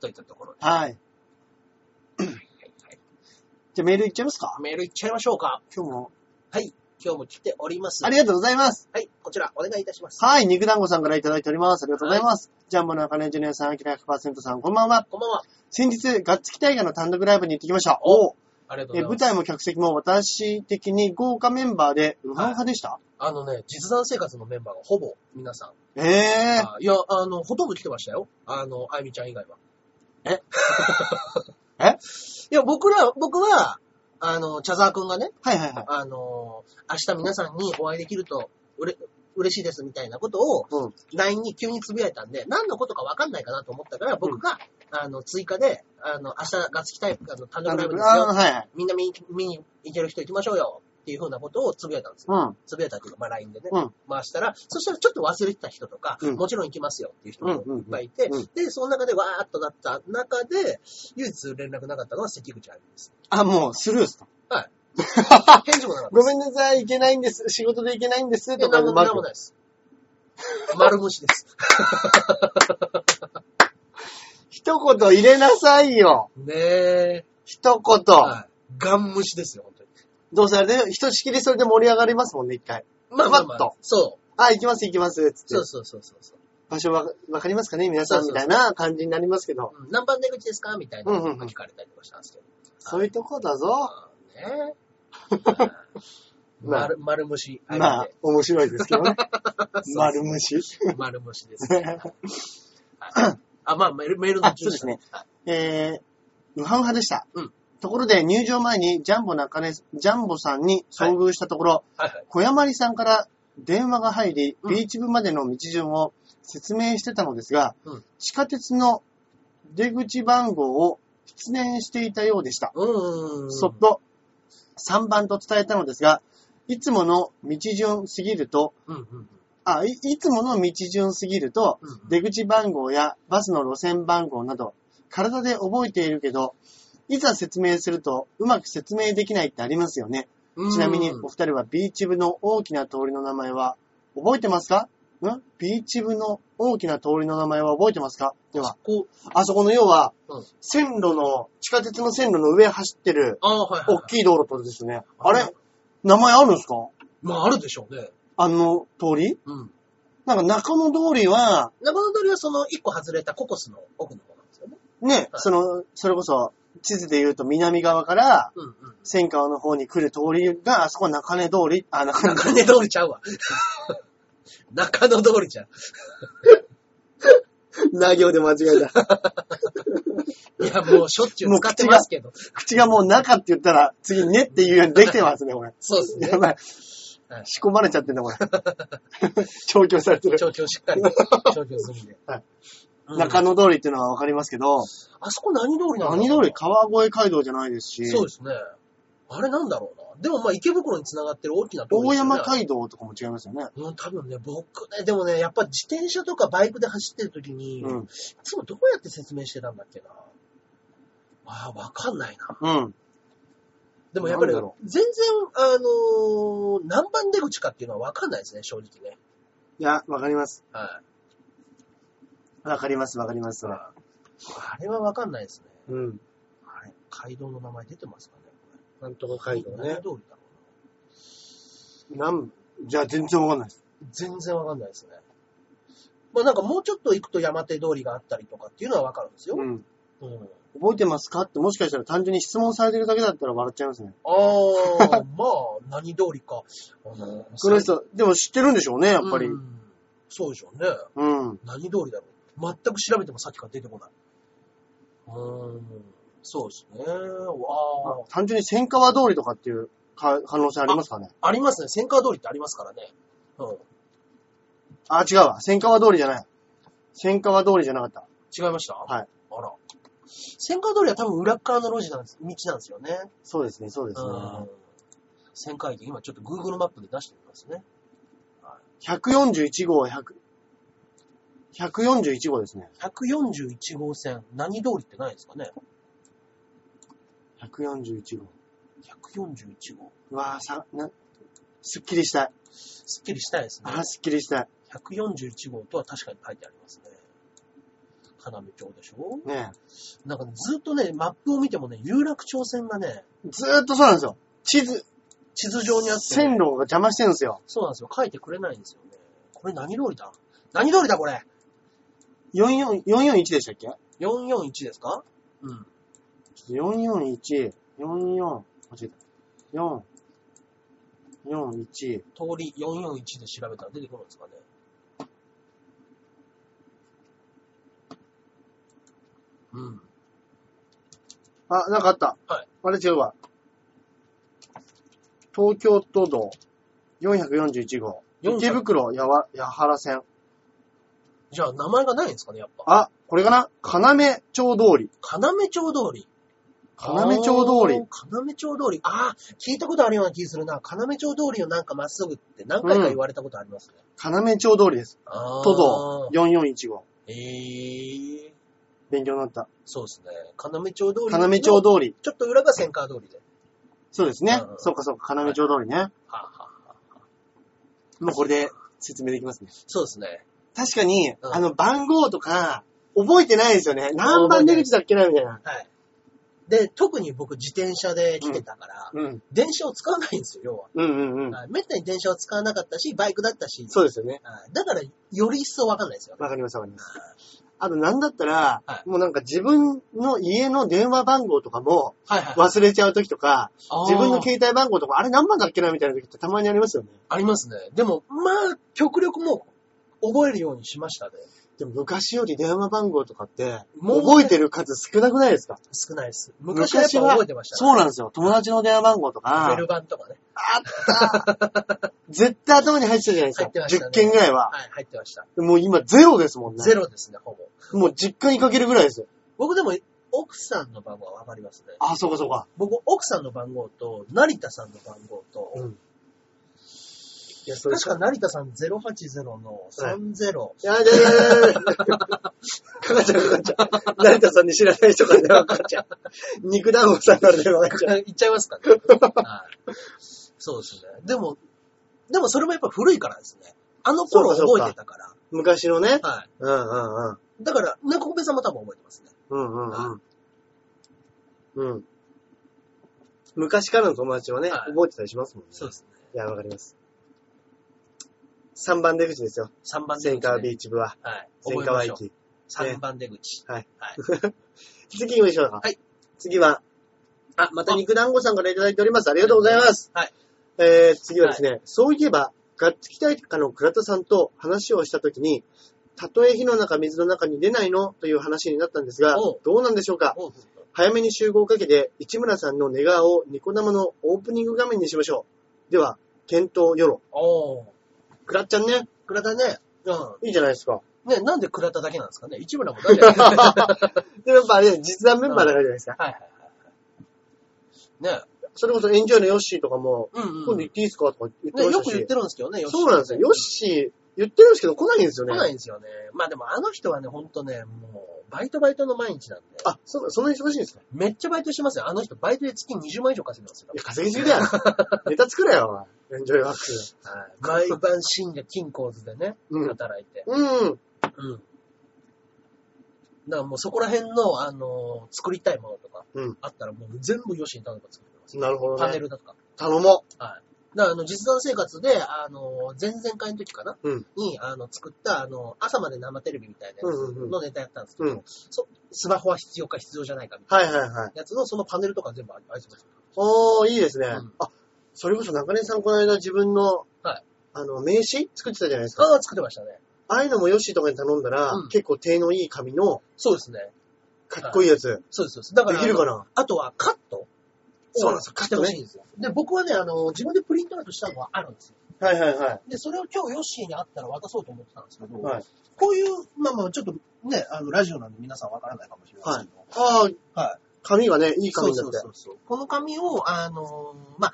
S2: といったところで。
S1: はい。
S2: はいはい
S1: じゃあメールいっちゃいますか
S2: メールいっちゃいましょうか。
S1: 今日も。
S2: はい。今日も来ております。
S1: ありがとうございます。
S2: はい。こちら、お願いいたします。
S1: はい、肉団子さんからいただいております。ありがとうございます。ジャンボのあかねジュニアさん、あきら100%さん、こんばんは。
S2: こんばんは。
S1: 先日、ガッツキ大河の単独ライブに行ってきました。
S2: お
S1: お
S2: ありがとう
S1: え
S2: ご
S1: 舞
S2: ざいます。
S1: 台も客席も私的に豪華メンバーで、うはうはでした、
S2: あのね、実弾生活のメンバーがほぼ皆さん。
S1: え
S2: あいや、あの、ほとんど来てましたよ。あの、あゆみちゃん以外は。
S1: え え
S2: えいや、僕ら、僕は、あの、茶沢くんがね、
S1: ー、はいはいはい。
S2: あの、明日皆さんにお会いできると、うれ、嬉しいですみたいなことを、
S1: うん。
S2: LINE に急につぶやいたんで、何のことかわかんないかなと思ったから、僕が、あの、追加で、あの、明日、ガツキタイプ、あの、単独ライブです
S1: あ
S2: よ。
S1: ーはいはい。
S2: みんな見に見に行ける人行きましょうよ。っていうふうなことをつぶやいたんですよ
S1: うん。
S2: つぶやいたというか、まあ、LINE でね、
S1: うん
S2: 回したら、そしたらちょっと忘れてた人とか、
S1: うん
S2: もちろん行きますよっていう人もいっぱいいて、
S1: うんうんうん
S2: で、その中でわーっとなった中で、唯一連絡なかったのは関口あゆみです。
S1: あ、もう、スルーした。
S2: 返事もなかったで
S1: ご
S2: す。
S1: めんなさい、行けないんです。仕事で行けないんです。と
S2: えなん
S1: か、
S2: も
S1: ま
S2: なんもないです。丸虫です。
S1: 一言入れなさいよ。
S2: ねえ。
S1: 一言。
S2: はい。ガン虫ですよ、本当に。
S1: どうせあれで、ひとしきりそれで盛り上がりますもんね、一回。
S2: まあまあま
S1: ふわっ
S2: あ
S1: と。
S2: そう。
S1: あ、行きます、行きます。つって
S2: そうそうそうそうそう。
S1: 場所わわかりますかね皆さん
S2: そう
S1: み
S2: そう
S1: た
S2: そう
S1: いな感じになりますけど。
S2: うん何番出口ですかみたいなのが聞かれたりとかしたんですけど。
S1: そういうとこだぞ。
S2: あー ねえ。
S1: まあ
S2: 丸、丸虫。あゆみで
S1: まあ、面白いですけど ね。丸虫。
S2: 丸虫です。はいあ、まあ、メール、メールの
S1: あそうですね
S2: はい。
S1: えー、うはうはでした。
S2: うん
S1: ところで、入場前にジャンボ中根、ジャンボさんに遭遇したところ、
S2: はいはい。
S1: 小山里さんから電話が入り、
S2: うん
S1: ビーチ部までの道順を説明してたのですが、
S2: うん
S1: 地下鉄の出口番号を失念していたようでした。
S2: うーん。
S1: そっと3番と伝えたのですが、いつもの道順すぎると、
S2: うんうんうん。
S1: あ、いいつもの道順すぎると、
S2: うんうん
S1: 出口番号やバスの路線番号など、体で覚えているけど、いざ説明するとうまく説明できないってありますよね。
S2: うん
S1: ちなみにお二人はビーチ部の大きな通りの名前は覚えてますかんビーチ部の大きな通りの名前は覚えてますかでは、
S2: こう、
S1: あそこの要は
S2: うん、
S1: 線路の、地下鉄の線路の上走ってる、
S2: ああ、はいはい
S1: 大
S2: はい。
S1: きい道路とですね。あ
S2: はい
S1: れ名前あるんですか
S2: まあ、あるでしょうね。
S1: あの通り
S2: うん。
S1: なんか中野通りは、
S2: 中野通りはその一個外れたココスの奥の方なんですよね。
S1: ね、その、それこそ、地図で言うと南側から、
S2: うんうん。
S1: 千川の方に来る通りが、あそこ中根通り、あ、中 根通り。
S2: 中根通りちゃうわ。中野通りちゃう。
S1: な行で間違えた。
S2: いや、もうしょっちゅう使ってますけど。
S1: 口がもう中って言ったら、次ねっていうようにできてますね、これ。
S2: そうですね
S1: や。ばい
S2: はい。
S1: 仕込まれちゃってんだ、これ。調教されてる。
S2: 調教しっかり、調教するんで。
S1: はい
S2: うん
S1: 中野通りっていうのはわかりますけど、
S2: あそこ何通りなの
S1: 何通り川越街道じゃないですし、
S2: そうですね。あれなんだろうな。でもまあ池袋に繋がってる大きな通りで
S1: 大
S2: すよね
S1: 山街道とかも違いますよね。
S2: うん、多分ね、僕ね、でもね、やっぱ自転車とかバイクで走ってる時に、
S1: う
S2: い
S1: ん。
S2: つもどうやって説明してたんだっけな。ああ、わかんない
S1: う
S2: な。
S1: ん。
S2: でもやっぱり、
S1: なんだ
S2: 全
S1: ろ
S2: 然、あのー何番出口かっていうのはわかんないですね、正直ね。
S1: いや、わかります。
S2: はい。
S1: わかります、わかります。
S2: あれはわかんないですね。
S1: うん。
S2: あれ、街道の名前出てますかね。
S1: なんと
S2: これ何通りだろう
S1: なん、じゃあ全然わかんないです。
S2: な。全然わかんないですね。まあなんかもうちょっと行くと山手通りがあったりとかっていうのはわかるんですよ。
S1: うん。
S2: うん
S1: 覚えてますかってもしかしたら単純に質問されてるだけだったら笑っちゃいますね。
S2: あ あ、まあ、何通りか。あの
S1: この人、でも知ってるんでしょうね、やっぱり。
S2: う
S1: うん。
S2: んそうでしょうね。何通りだろう。全く調べてもさっきから出てこない。うーん。そうですね。わ
S1: 単純に千川通りとかっていうか可能性ありますかね
S2: あ。ありますね。千川通りってありますからね。うん。
S1: あ、違うわ。千川通りじゃない。千川通りじゃなかった。
S2: 違いました
S1: はい。
S2: あら。千川通りは多分裏側の路地なんです、道なんですよね。
S1: そうですね、そうです
S2: うん
S1: ね。。
S2: 千川駅、今ちょっと Google マップで出してみますね。
S1: 141号は100、141号ですね。
S2: 141号線、何通りってないですかね。
S1: 141号。
S2: 141号。
S1: うわぁ、さ、な、すっきりしたい。
S2: すっきりしたいですね
S1: あ。ーすっきりした
S2: 141号とは確かに書いてありますね。金目町でしょ
S1: い。ね
S2: なんかねずっとね、マップを見てもね、有楽町線がね、
S1: えずーっとそうなんですよ。地図、
S2: 地図上にあってね、
S1: 線路が邪魔してるんですよ。
S2: そうなんですよ。書いてくれないんですよね。これ何通りだ何通りだこれ
S1: 44 441でしたっけ
S2: ?441 ですかうん。
S1: ちょっと441、44、間違えた。4、41、
S2: 通り441で調べたら出てくるんですかね。うん。
S1: あ、なんかあった。
S2: はい
S1: あれ違うわ。東京都道441号。
S2: 400
S1: 池袋やわ、やはら線。
S2: じゃあ名前がないんですかね、やっぱ。
S1: あ、これかな金町通り。
S2: 金目町通り。
S1: 金町通り
S2: あー。。金目町通り。ああ、聞いたことあるような気するな。金目町通りをなんかまっすぐって何回か言われたことありますね。
S1: 金町通りです。
S2: ああ。
S1: 都道441号。
S2: ええー。
S1: 勉強になった。
S2: そうですね。金目町通り。
S1: 金目町
S2: り。
S1: 通り。
S2: ちょっと裏が千川通りで。
S1: そうですね
S2: う。ん
S1: そうかそうか、金目町通りね。
S2: はあ、はあ、
S1: もうこれで説明できますね。
S2: そうですね。
S1: 確かに、
S2: うん
S1: あの番号とか、覚えてないですよね。何番出口だっけなみたいな。
S2: はい。で、特に僕自転車で来てたから、
S1: うん。
S2: 電車を使わないんですよ、要は。
S1: うんうんうん。
S2: はいめったに電車を使わなかったし、バイクだったし。
S1: そうですよね。
S2: はいだから、より一層わかんないですよ。
S1: わかりますわかります。あと、なんだったら、
S2: は
S1: もうなんか自分の家の電話番号とかも
S2: はいはい
S1: 忘れちゃうときとか、
S2: あー
S1: 自分の携帯番号とか、あれ何番だっけなみたいなときってたまにありますよね。
S2: ありますね。でも、まあ、極力もう覚えるようにしましたね。
S1: でも昔より電話番号とかって、
S2: もうね
S1: 覚えてる数少なくないですか
S2: 少ないです。昔はやっぱ覚えてました、ね。
S1: そうなんですよ。友達の電話番号とか
S2: ベル、版とかね。
S1: 絶対頭に入ってたじゃないです
S2: 入
S1: か
S2: って。ました
S1: 10
S2: ね
S1: 件ぐらいは。
S2: はい、入ってました。
S1: もう今ゼロですもんね。
S2: ゼロですね、ほぼ。
S1: もう実家にかけるぐらいですよ。
S2: 僕でも、奥さんの番号はわかりますね。
S1: あ、そうかそうか。
S2: 僕、奥さんの番号と、成田さんの番号と、
S1: うん。
S2: いや確か成田さん080の30、
S1: いやいやいやいやかかっちゃうかかっちゃう。成田さんに知らない人から電話かかっちゃう。肉団子さんから電話かかっちゃう。
S2: いっちゃいま すかね。はいそうですね。でも、でもそれもやっぱ古いからですね。あの
S1: そう
S2: 頃
S1: かそうか
S2: 覚えてたから。
S1: 昔のね。
S2: はい。
S1: うんうんうん。
S2: だから、猫コペさんも多分覚えてますね。
S1: うんうんうん。うん。昔からの友達はね、
S2: はい
S1: 覚えてたりしますもんね。
S2: そうです
S1: いや、わかります。3番出口ですよ。
S2: ね。3番出口、
S1: セ
S2: ね。
S1: ンカービーチ部は。
S2: はい。
S1: セン
S2: 覚え
S1: カ
S2: ま
S1: ワ
S2: しょう。
S1: 駅。
S2: 3番出口。
S1: はい。
S2: はい。
S1: 次行きましょうか。
S2: はい。
S1: 次は、
S2: あ、ま
S1: また肉団子さんからいただいております。ありがとうございます。
S2: はい。
S1: えー、次はですね、そういえば、ガッツキ大家の倉田さんと話をしたときに、たとえ火の中、水の中に出ないのという話になったんですが
S2: おう、
S1: どうなんでしょうか
S2: おう
S1: 早めに集合をかけて、市村さんの寝顔をニコ生のオープニング画面にしましょう。では、検討よろ。
S2: おう
S1: くらっちゃんね、
S2: 倉田ね。う
S1: いいじゃないですか。
S2: ん。ね、なんで倉田だけなんですかね市村も 誰だよはい
S1: で、やっぱあれ、実弾メンバーだからじゃないですか。
S2: はいはい。ね。
S1: それこそエンジョイのヨッシーとかも、
S2: うんうん、
S1: 今度行っていいですかとか言って
S2: ね、
S1: まし
S2: よ
S1: た
S2: く
S1: し。
S2: 言ってるんですけどね、
S1: そうなんですよ。ヨッ
S2: し
S1: シー、言ってるんですけど来ないんですよね。
S2: 来ないんですよね。まあでもあの人はね、ほんとね、もう、バイトバイトの毎日なんで。
S1: あ、そ、そんなに忙しいんですか
S2: めっちゃバイトしてますよ。あの人、バイトで月20万以上稼いでますよ
S1: い。や、稼ぎすぎだよ。 ネタ作れよ、お前エンジョイワークス。
S2: はい。毎晩深夜、金鉱図でね、
S1: うん
S2: 働いて。
S1: うん。
S2: うん。だからもうそこら辺の、あのー作りたいものとか
S1: うん、
S2: あったらもう全部ヨシに頼めば作ってます。
S1: なるほど
S2: パネ
S1: ね。
S2: ルだとか。
S1: 頼も
S2: だからあの、実弾生活で、あのー前々回の時かな、
S1: うん
S2: に、あの、作った、あの、朝まで生テレビみたいなや
S1: うんうんう
S2: つ
S1: ん
S2: のネタやったんですけど、
S1: うん
S2: そスマホは必要か必要じゃないかみ
S1: う。
S2: たい
S1: はいはいはい。
S2: なやつの、そのパネルとか全部ありますよ。
S1: おー、いいですね。
S2: うん
S1: あ、それこそ中根さんこの間自分の、
S2: はい
S1: あの、名刺作ってたじゃないですか。
S2: ああ、作ってましたね。
S1: ああいうのもヨッシーとかに頼んだら、
S2: うん
S1: 結構手のいい紙の、
S2: そうですね。
S1: かっこいいやつ、
S2: そうですそうです。だから、
S1: できるかな
S2: あとはカット
S1: そうなんですよカットね
S2: してほしいんですよ。で、僕はね、あの、自分でプリントアウトしたのはあるんですよ。
S1: はいはいはい。
S2: で、それを今日ヨッシーに会ったら渡そうと思ってたんですけど、
S1: はい。
S2: こういう、まあまあ、ちょっとね、あの、ラジオなんで皆さんわからないかもしれないですけど、
S1: ああ、
S2: はい
S1: 紙がね、いい
S2: そ
S1: 紙
S2: う
S1: だ
S2: そ
S1: っ
S2: う
S1: て
S2: そ。うそう。この紙を、あのー、まあ、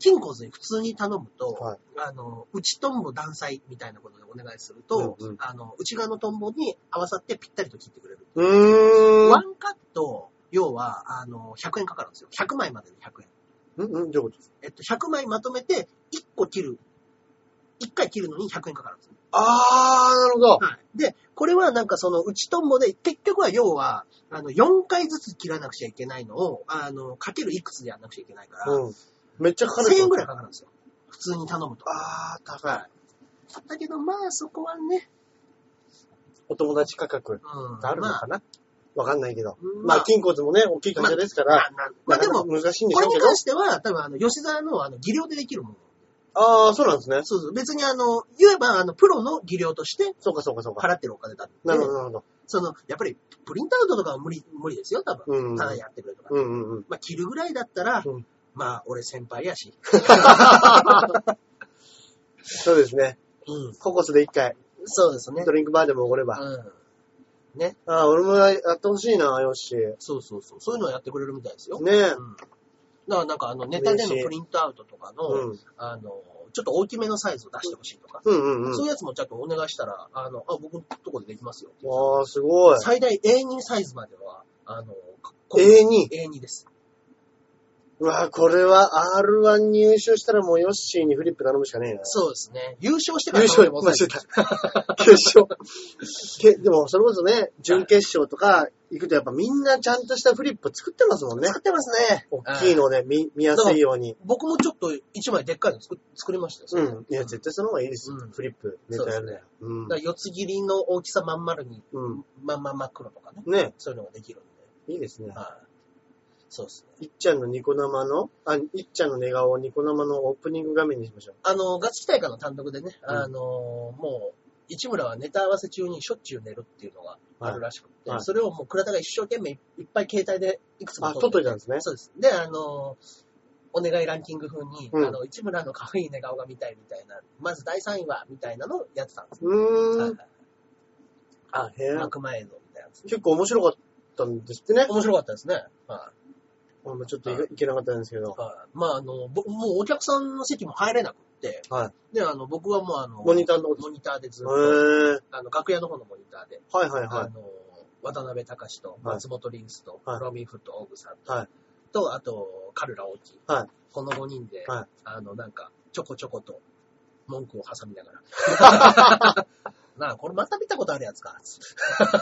S2: 金庫図に普通に頼むと、
S1: はい
S2: あの、内トンボ断裁みたいなことでお願いすると、
S1: うんうん
S2: あの、内側のトンボに合わさってぴったりと切ってくれる。
S1: うー
S2: ワ
S1: ん。
S2: ンカット、要は、あの、100円かかるんですよ。100枚までで100円。
S1: うんうん、どういうことですか
S2: えっと、100枚まとめて、1個切る。1回切るのに100円かかるんですよ。
S1: あー、なるほど。
S2: はい。で、これはなんかその、内トンボで、結局は要は、あの、4回ずつ切らなくちゃいけないのを、あの、かけるいくつでやんなくちゃいけないから、
S1: うん。めっちゃかかる。
S2: 1000円ぐらいかかるんですよ。普通に頼むと。
S1: あー、高い。
S2: だけど、まあ、そこはね、
S1: お友達価格
S2: うん。
S1: があるの
S2: まあ
S1: かなわかんないけど。
S2: ま
S1: ま
S2: あ
S1: あ、筋骨もね、大きい会社ですか
S2: ま
S1: ら
S2: あ、、まあでも、
S1: 難しいんで
S2: こ
S1: し
S2: れ
S1: ょう
S2: に
S1: けど
S2: 関。しては、多分あの、吉沢の、あの、技量でできるもの。
S1: あー、そうなんですね。
S2: そうそう。別にあの、言えば、あの、プロの技量として
S1: そうかそうかそうか。
S2: 払ってるお金だって。
S1: なるほど、なるほど。
S2: その、やっぱり、プリントアウトとかは無理、無理ですよ、多分。
S1: うん。うん
S2: ただやってくれとか。
S1: うんうん。
S2: まあ、切るぐらいだったら、
S1: うん
S2: まあ、俺先輩やし。
S1: そうですね。
S2: うん。
S1: ココスで一回、
S2: そうですね。
S1: ドリンクバーでもおごれば。
S2: うん。ね。
S1: ああ、俺もやってほしいな、よし。ね
S2: そうそうそう。そういうのをやってくれるみたいですよ。
S1: え
S2: う。ん。だからなんかあの、ネタでのプリントアウトとかの、
S1: うん。
S2: あの、ちょっと大きめのサイズを出してほしいとか、
S1: うんうん。
S2: そううんいうやつもちゃんとお願いしたら、あの、あ、僕のとこでできますよ。
S1: わあ、すごい。
S2: 最大 A2 サイズまでは、あの、
S1: A2。
S2: A2 です。
S1: うわあ、これは R1 入賞したらもうヨッシーにフリップ頼むしかねえな。
S2: そうですね。優勝してか
S1: 優勝、
S2: ら頼む
S1: まあ、
S2: サ
S1: ち
S2: イ
S1: ょ
S2: ズ
S1: っと決勝。けでも、それこそね、準決勝とか行くとやっぱみんなちゃんとしたフリップ作ってますもんね。
S2: 作ってますね。
S1: 大きいのをね、見、見やすいように。
S2: 僕もちょっと一枚でっかいの作作りましたよ。
S1: う
S2: それ
S1: ん。いや、絶対その方がいいです。
S2: うん
S1: フリップ、ネタやるね。うん
S2: だか。ら四つ切りの大きさまん丸に、
S1: うん。
S2: まんま真っ黒とかね。
S1: ね
S2: そういうのができるんで。
S1: いいですね。
S2: はい。そうですね。
S1: いっちゃんのニコ生の、あ、いっちゃんの寝顔をニコ生のオープニング画面にしましょう。
S2: あの、ガチ大会の単独でね、
S1: うん
S2: あの、もう、市村はネタ合わせ中にしょっちゅう寝るっていうのがあるらしくて、
S1: はい
S2: それをもう倉田が一生懸命いっぱい携帯でいくつも
S1: あ、撮っといたんですね。
S2: そうです。で、あの、お願いランキング風に、
S1: うん
S2: あの、市村の可愛い寝顔が見たいみたいな、まず第3位は、みたいなのをやってたんです。
S1: うーん。
S2: あ、
S1: へえ
S2: 幕前のみたいなやつね。
S1: 結構面白かったんですってね。
S2: 面白かったですね。はい
S1: 俺もちょっといいけなかったんですけど。
S2: はいまあ、あの、ぼもうお客さんの席も入れなくって、
S1: は
S2: で、あの、僕はもうあの、
S1: モニターの音。
S2: モニターでずっ
S1: へえ
S2: と、
S1: ー。
S2: あの、楽屋の方のモニターで、
S1: はいはい
S2: あ
S1: は
S2: の、渡辺隆と松本リンスと、
S1: はい
S2: ロミフとオグさんと、
S1: はい
S2: と、あと、カルラ大き、
S1: はい
S2: この5人で、
S1: はい
S2: あの、なんか、ちょこちょこと、文句を挟みながら。 なあ、これまた見たことあるやつか。つって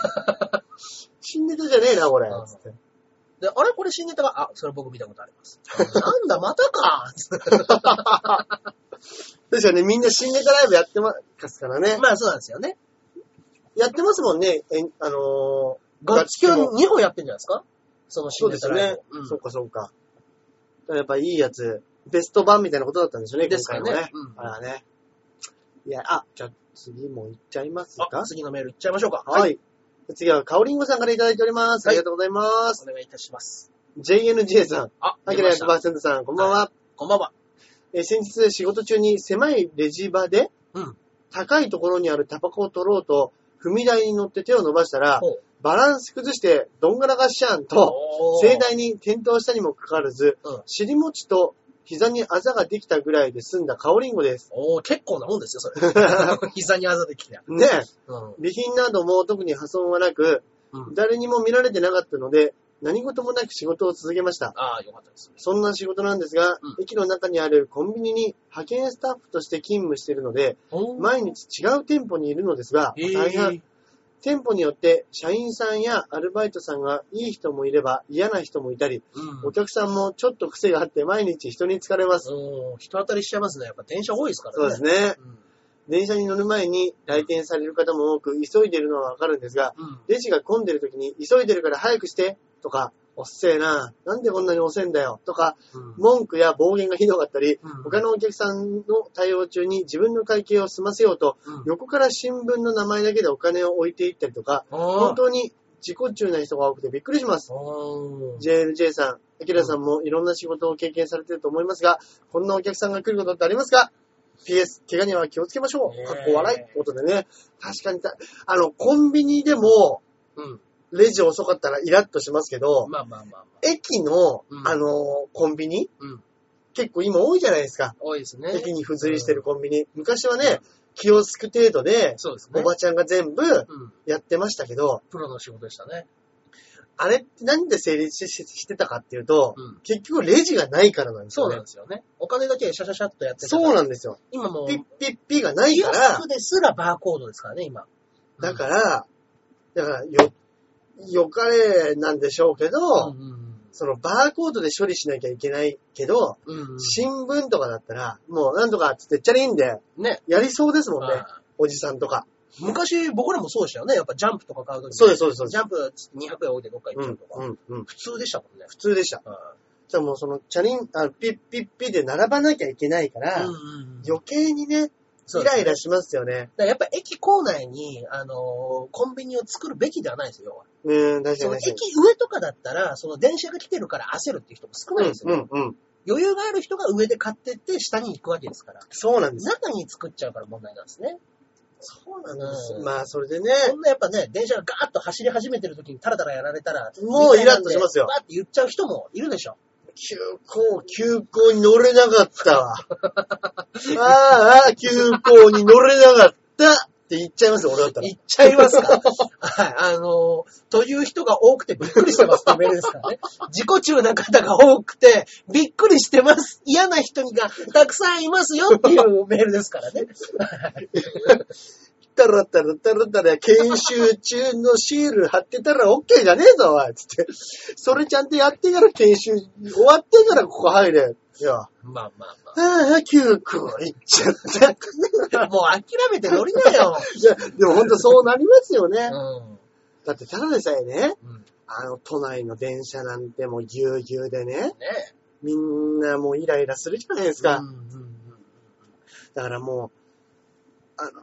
S1: い。新ネタじゃねえな、これ。
S2: うん
S1: つって
S2: で、あれこれ新ネタが、あ、それ僕見たことあります。なんだ、またかつって
S1: ですよね、みんな新ネタライブやってますから ね。
S2: まあそうなんですよね。
S1: やってますもんね、えんあのー、
S2: ガチキャ
S1: も
S2: ン2本やってんじゃないですかその
S1: そ
S2: 新
S1: うで
S2: ネ
S1: す
S2: タ
S1: よ
S2: ライ
S1: ね
S2: ブを。
S1: そうかそうか。だからやっぱいいやつ、ベスト版みたいなことだったんでしょう
S2: う
S1: ね、
S2: ん。ですか
S1: 今
S2: ら
S1: 回もね。。
S2: ねうん
S1: あらね。いや、あ、じゃあ次も行っちゃいますか
S2: あ次のメールいっちゃいましょうか。
S1: は。い。次は、かおりんごさんからいただいております。
S2: は
S1: あ
S2: い
S1: りがとうございます。
S2: お願いいたします。
S1: JNJ さん、
S2: あ、
S1: あ
S2: 出
S1: き
S2: ま
S1: ら
S2: した
S1: 100%さん、こんばんは。
S2: こんばんは。
S1: えー先日、仕事中に狭いレジ場で、
S2: うん
S1: 高いところにあるタバコを取ろうと、踏み台に乗って手を伸ばしたら
S2: ほう、
S1: バランス崩して、どんがらがっしゃんと、
S2: おー
S1: 盛大に転倒したにもかかわらず、
S2: うん
S1: 尻餅と膝にあざができたぐらいで済んだカオリンゴです。
S2: おー結構なもんですよ、それ。 膝にあざできて。
S1: ねえ、
S2: うん。
S1: 備品なども特に破損はなく、
S2: うん
S1: 誰にも見られてなかったので、何事もなく仕事を続けました。
S2: ああ、よかったです。
S1: そんな仕事なんですが、
S2: うん
S1: 駅の中にあるコンビニに派遣スタッフとして勤務しているので、
S2: おー
S1: 毎日違う店舗にいるのですが、
S2: えー
S1: 大半店舗によって社員さんやアルバイトさんがいい人もいれば嫌な人もいたり、
S2: うん。
S1: お客さんもちょっと癖があって毎日人に疲れます。
S2: おー人当たりしちゃいますね。やっぱ電車多いですからね。
S1: そうです
S2: ね。
S1: ね。電車に乗る前に来店される方も多く、急いでるのはわかるんですが、
S2: うん。
S1: レジが混んでる時に急いでるから早くしてとか、おっせえな、なんでこんなに遅いんだよとか、
S2: うん。
S1: 文句や暴言がひどかったり、
S2: うん
S1: 他のお客さんの対応中に自分の会計を済ませようと、
S2: うん
S1: 横から新聞の名前だけでお金を置いていったりとか、
S2: お
S1: 本
S2: ー
S1: 当に自己中な人が多くてびっくりします。
S2: おー
S1: JLJ さん、アキラさんもいろんな仕事を経験されてると思いますが、こんなお客さんが来ることってありますか ?PS、怪我には気をつけましょ
S2: ねえ
S1: う。かっこ笑いってことでね。確かにた、あの、コンビニでも、
S2: うん。
S1: レジ遅かったらイラッとしますけど、
S2: まあまあまあまあ。
S1: 駅の
S2: う、ん
S1: あの、コンビニ、
S2: うん
S1: 結構今多いじゃないですか。
S2: 多いですね。
S1: 駅に付随してるコンビニ。昔はね、気をつく程度で、
S2: そうですね
S1: お。ばちゃんが全部
S2: うん。
S1: やってましたけど、
S2: プロの仕事でしたね。
S1: あれってなんで成立ししてたかっていうと、
S2: うん
S1: 結局レジがないからなんです
S2: そ
S1: よ
S2: う
S1: ね
S2: なん。ですよね。お金だけシャシャシャっとやってたから
S1: そうなんですよ。
S2: 今もう、
S1: ピ
S2: キ
S1: ッピッピがないか
S2: オス
S1: ら
S2: ク、ですらバーコードですからね、今。
S1: だから、だから、よ、よかれなんでしょうけど、
S2: らうんうん
S1: そのバーコードで処理しなきゃいけないけど、
S2: うんうん。
S1: 新聞とかだったら、もうなんとかっつってチャリンで
S2: ね。
S1: やりそうですもんね。
S2: ああ
S1: おじさんとか。
S2: 昔、僕らもそうでしたよね。やっぱジャンプとか買うとき
S1: そうです、そうです、そうで
S2: ジ
S1: す。
S2: ャンプつって200円置いてどっか行
S1: う
S2: っちゃうんと、
S1: う
S2: か。
S1: ん、うん。普
S2: 普通でしたもんね。
S1: 通でした。じゃあもうそのチャリン、あピッピッピで並ばなきゃいけないから、
S2: うん
S1: 余計にね、イライラしますよね。
S2: だからやっぱ駅構内に、あのーコンビニを作るべきではないですよ、要は
S1: うーん、確か
S2: そ
S1: に
S2: の
S1: 確
S2: 駅上とかだったら、その電車が来てるから焦るっていう人も
S1: か
S2: 少ない
S1: に
S2: です。よ、
S1: うん、うん、うん。
S2: 余裕がある人が上で買ってって、下に行くわけですから。
S1: そうなんです。
S2: 中に作っちゃうから問題なんですね。
S1: そうなんです。
S2: うん
S1: まあ、それでね、
S2: そんなやっぱね、電車がガーッと走り始めてる時にタラタラやられたら、
S1: もうイラッとしますよ
S2: バーって言っちゃう人もいるでしょ。
S1: 急行、急行に乗れなかった わ。ああ、急行に乗れなかったって言っちゃいますよ、俺だったら
S2: 言。っちゃいま すかはい。あのーという人が多くてびっくりしてますってメールですからね。自己中な方が多くて、びっくりしてます。嫌な人がたくさんいますよっていうメールですからね。
S1: たらたらたらたら、研修中のシール貼ってたら OK じゃねえぞ、おいつって。それちゃんとやってから研修、終わってからここ入れ。いや、あ
S2: まあまあま
S1: あ、急行行っちゃ った。
S2: あ。もう諦めて乗りな よ。
S1: いや、でも本当そうなりますよね。
S2: うん
S1: だってただでさえね、
S2: うん。
S1: あの都内の電車なんてもうぎゅうぎゅうでね、
S2: ね
S1: みんなもうイライラするじゃないです
S2: うん
S1: か。
S2: うん
S1: だからもう、あのー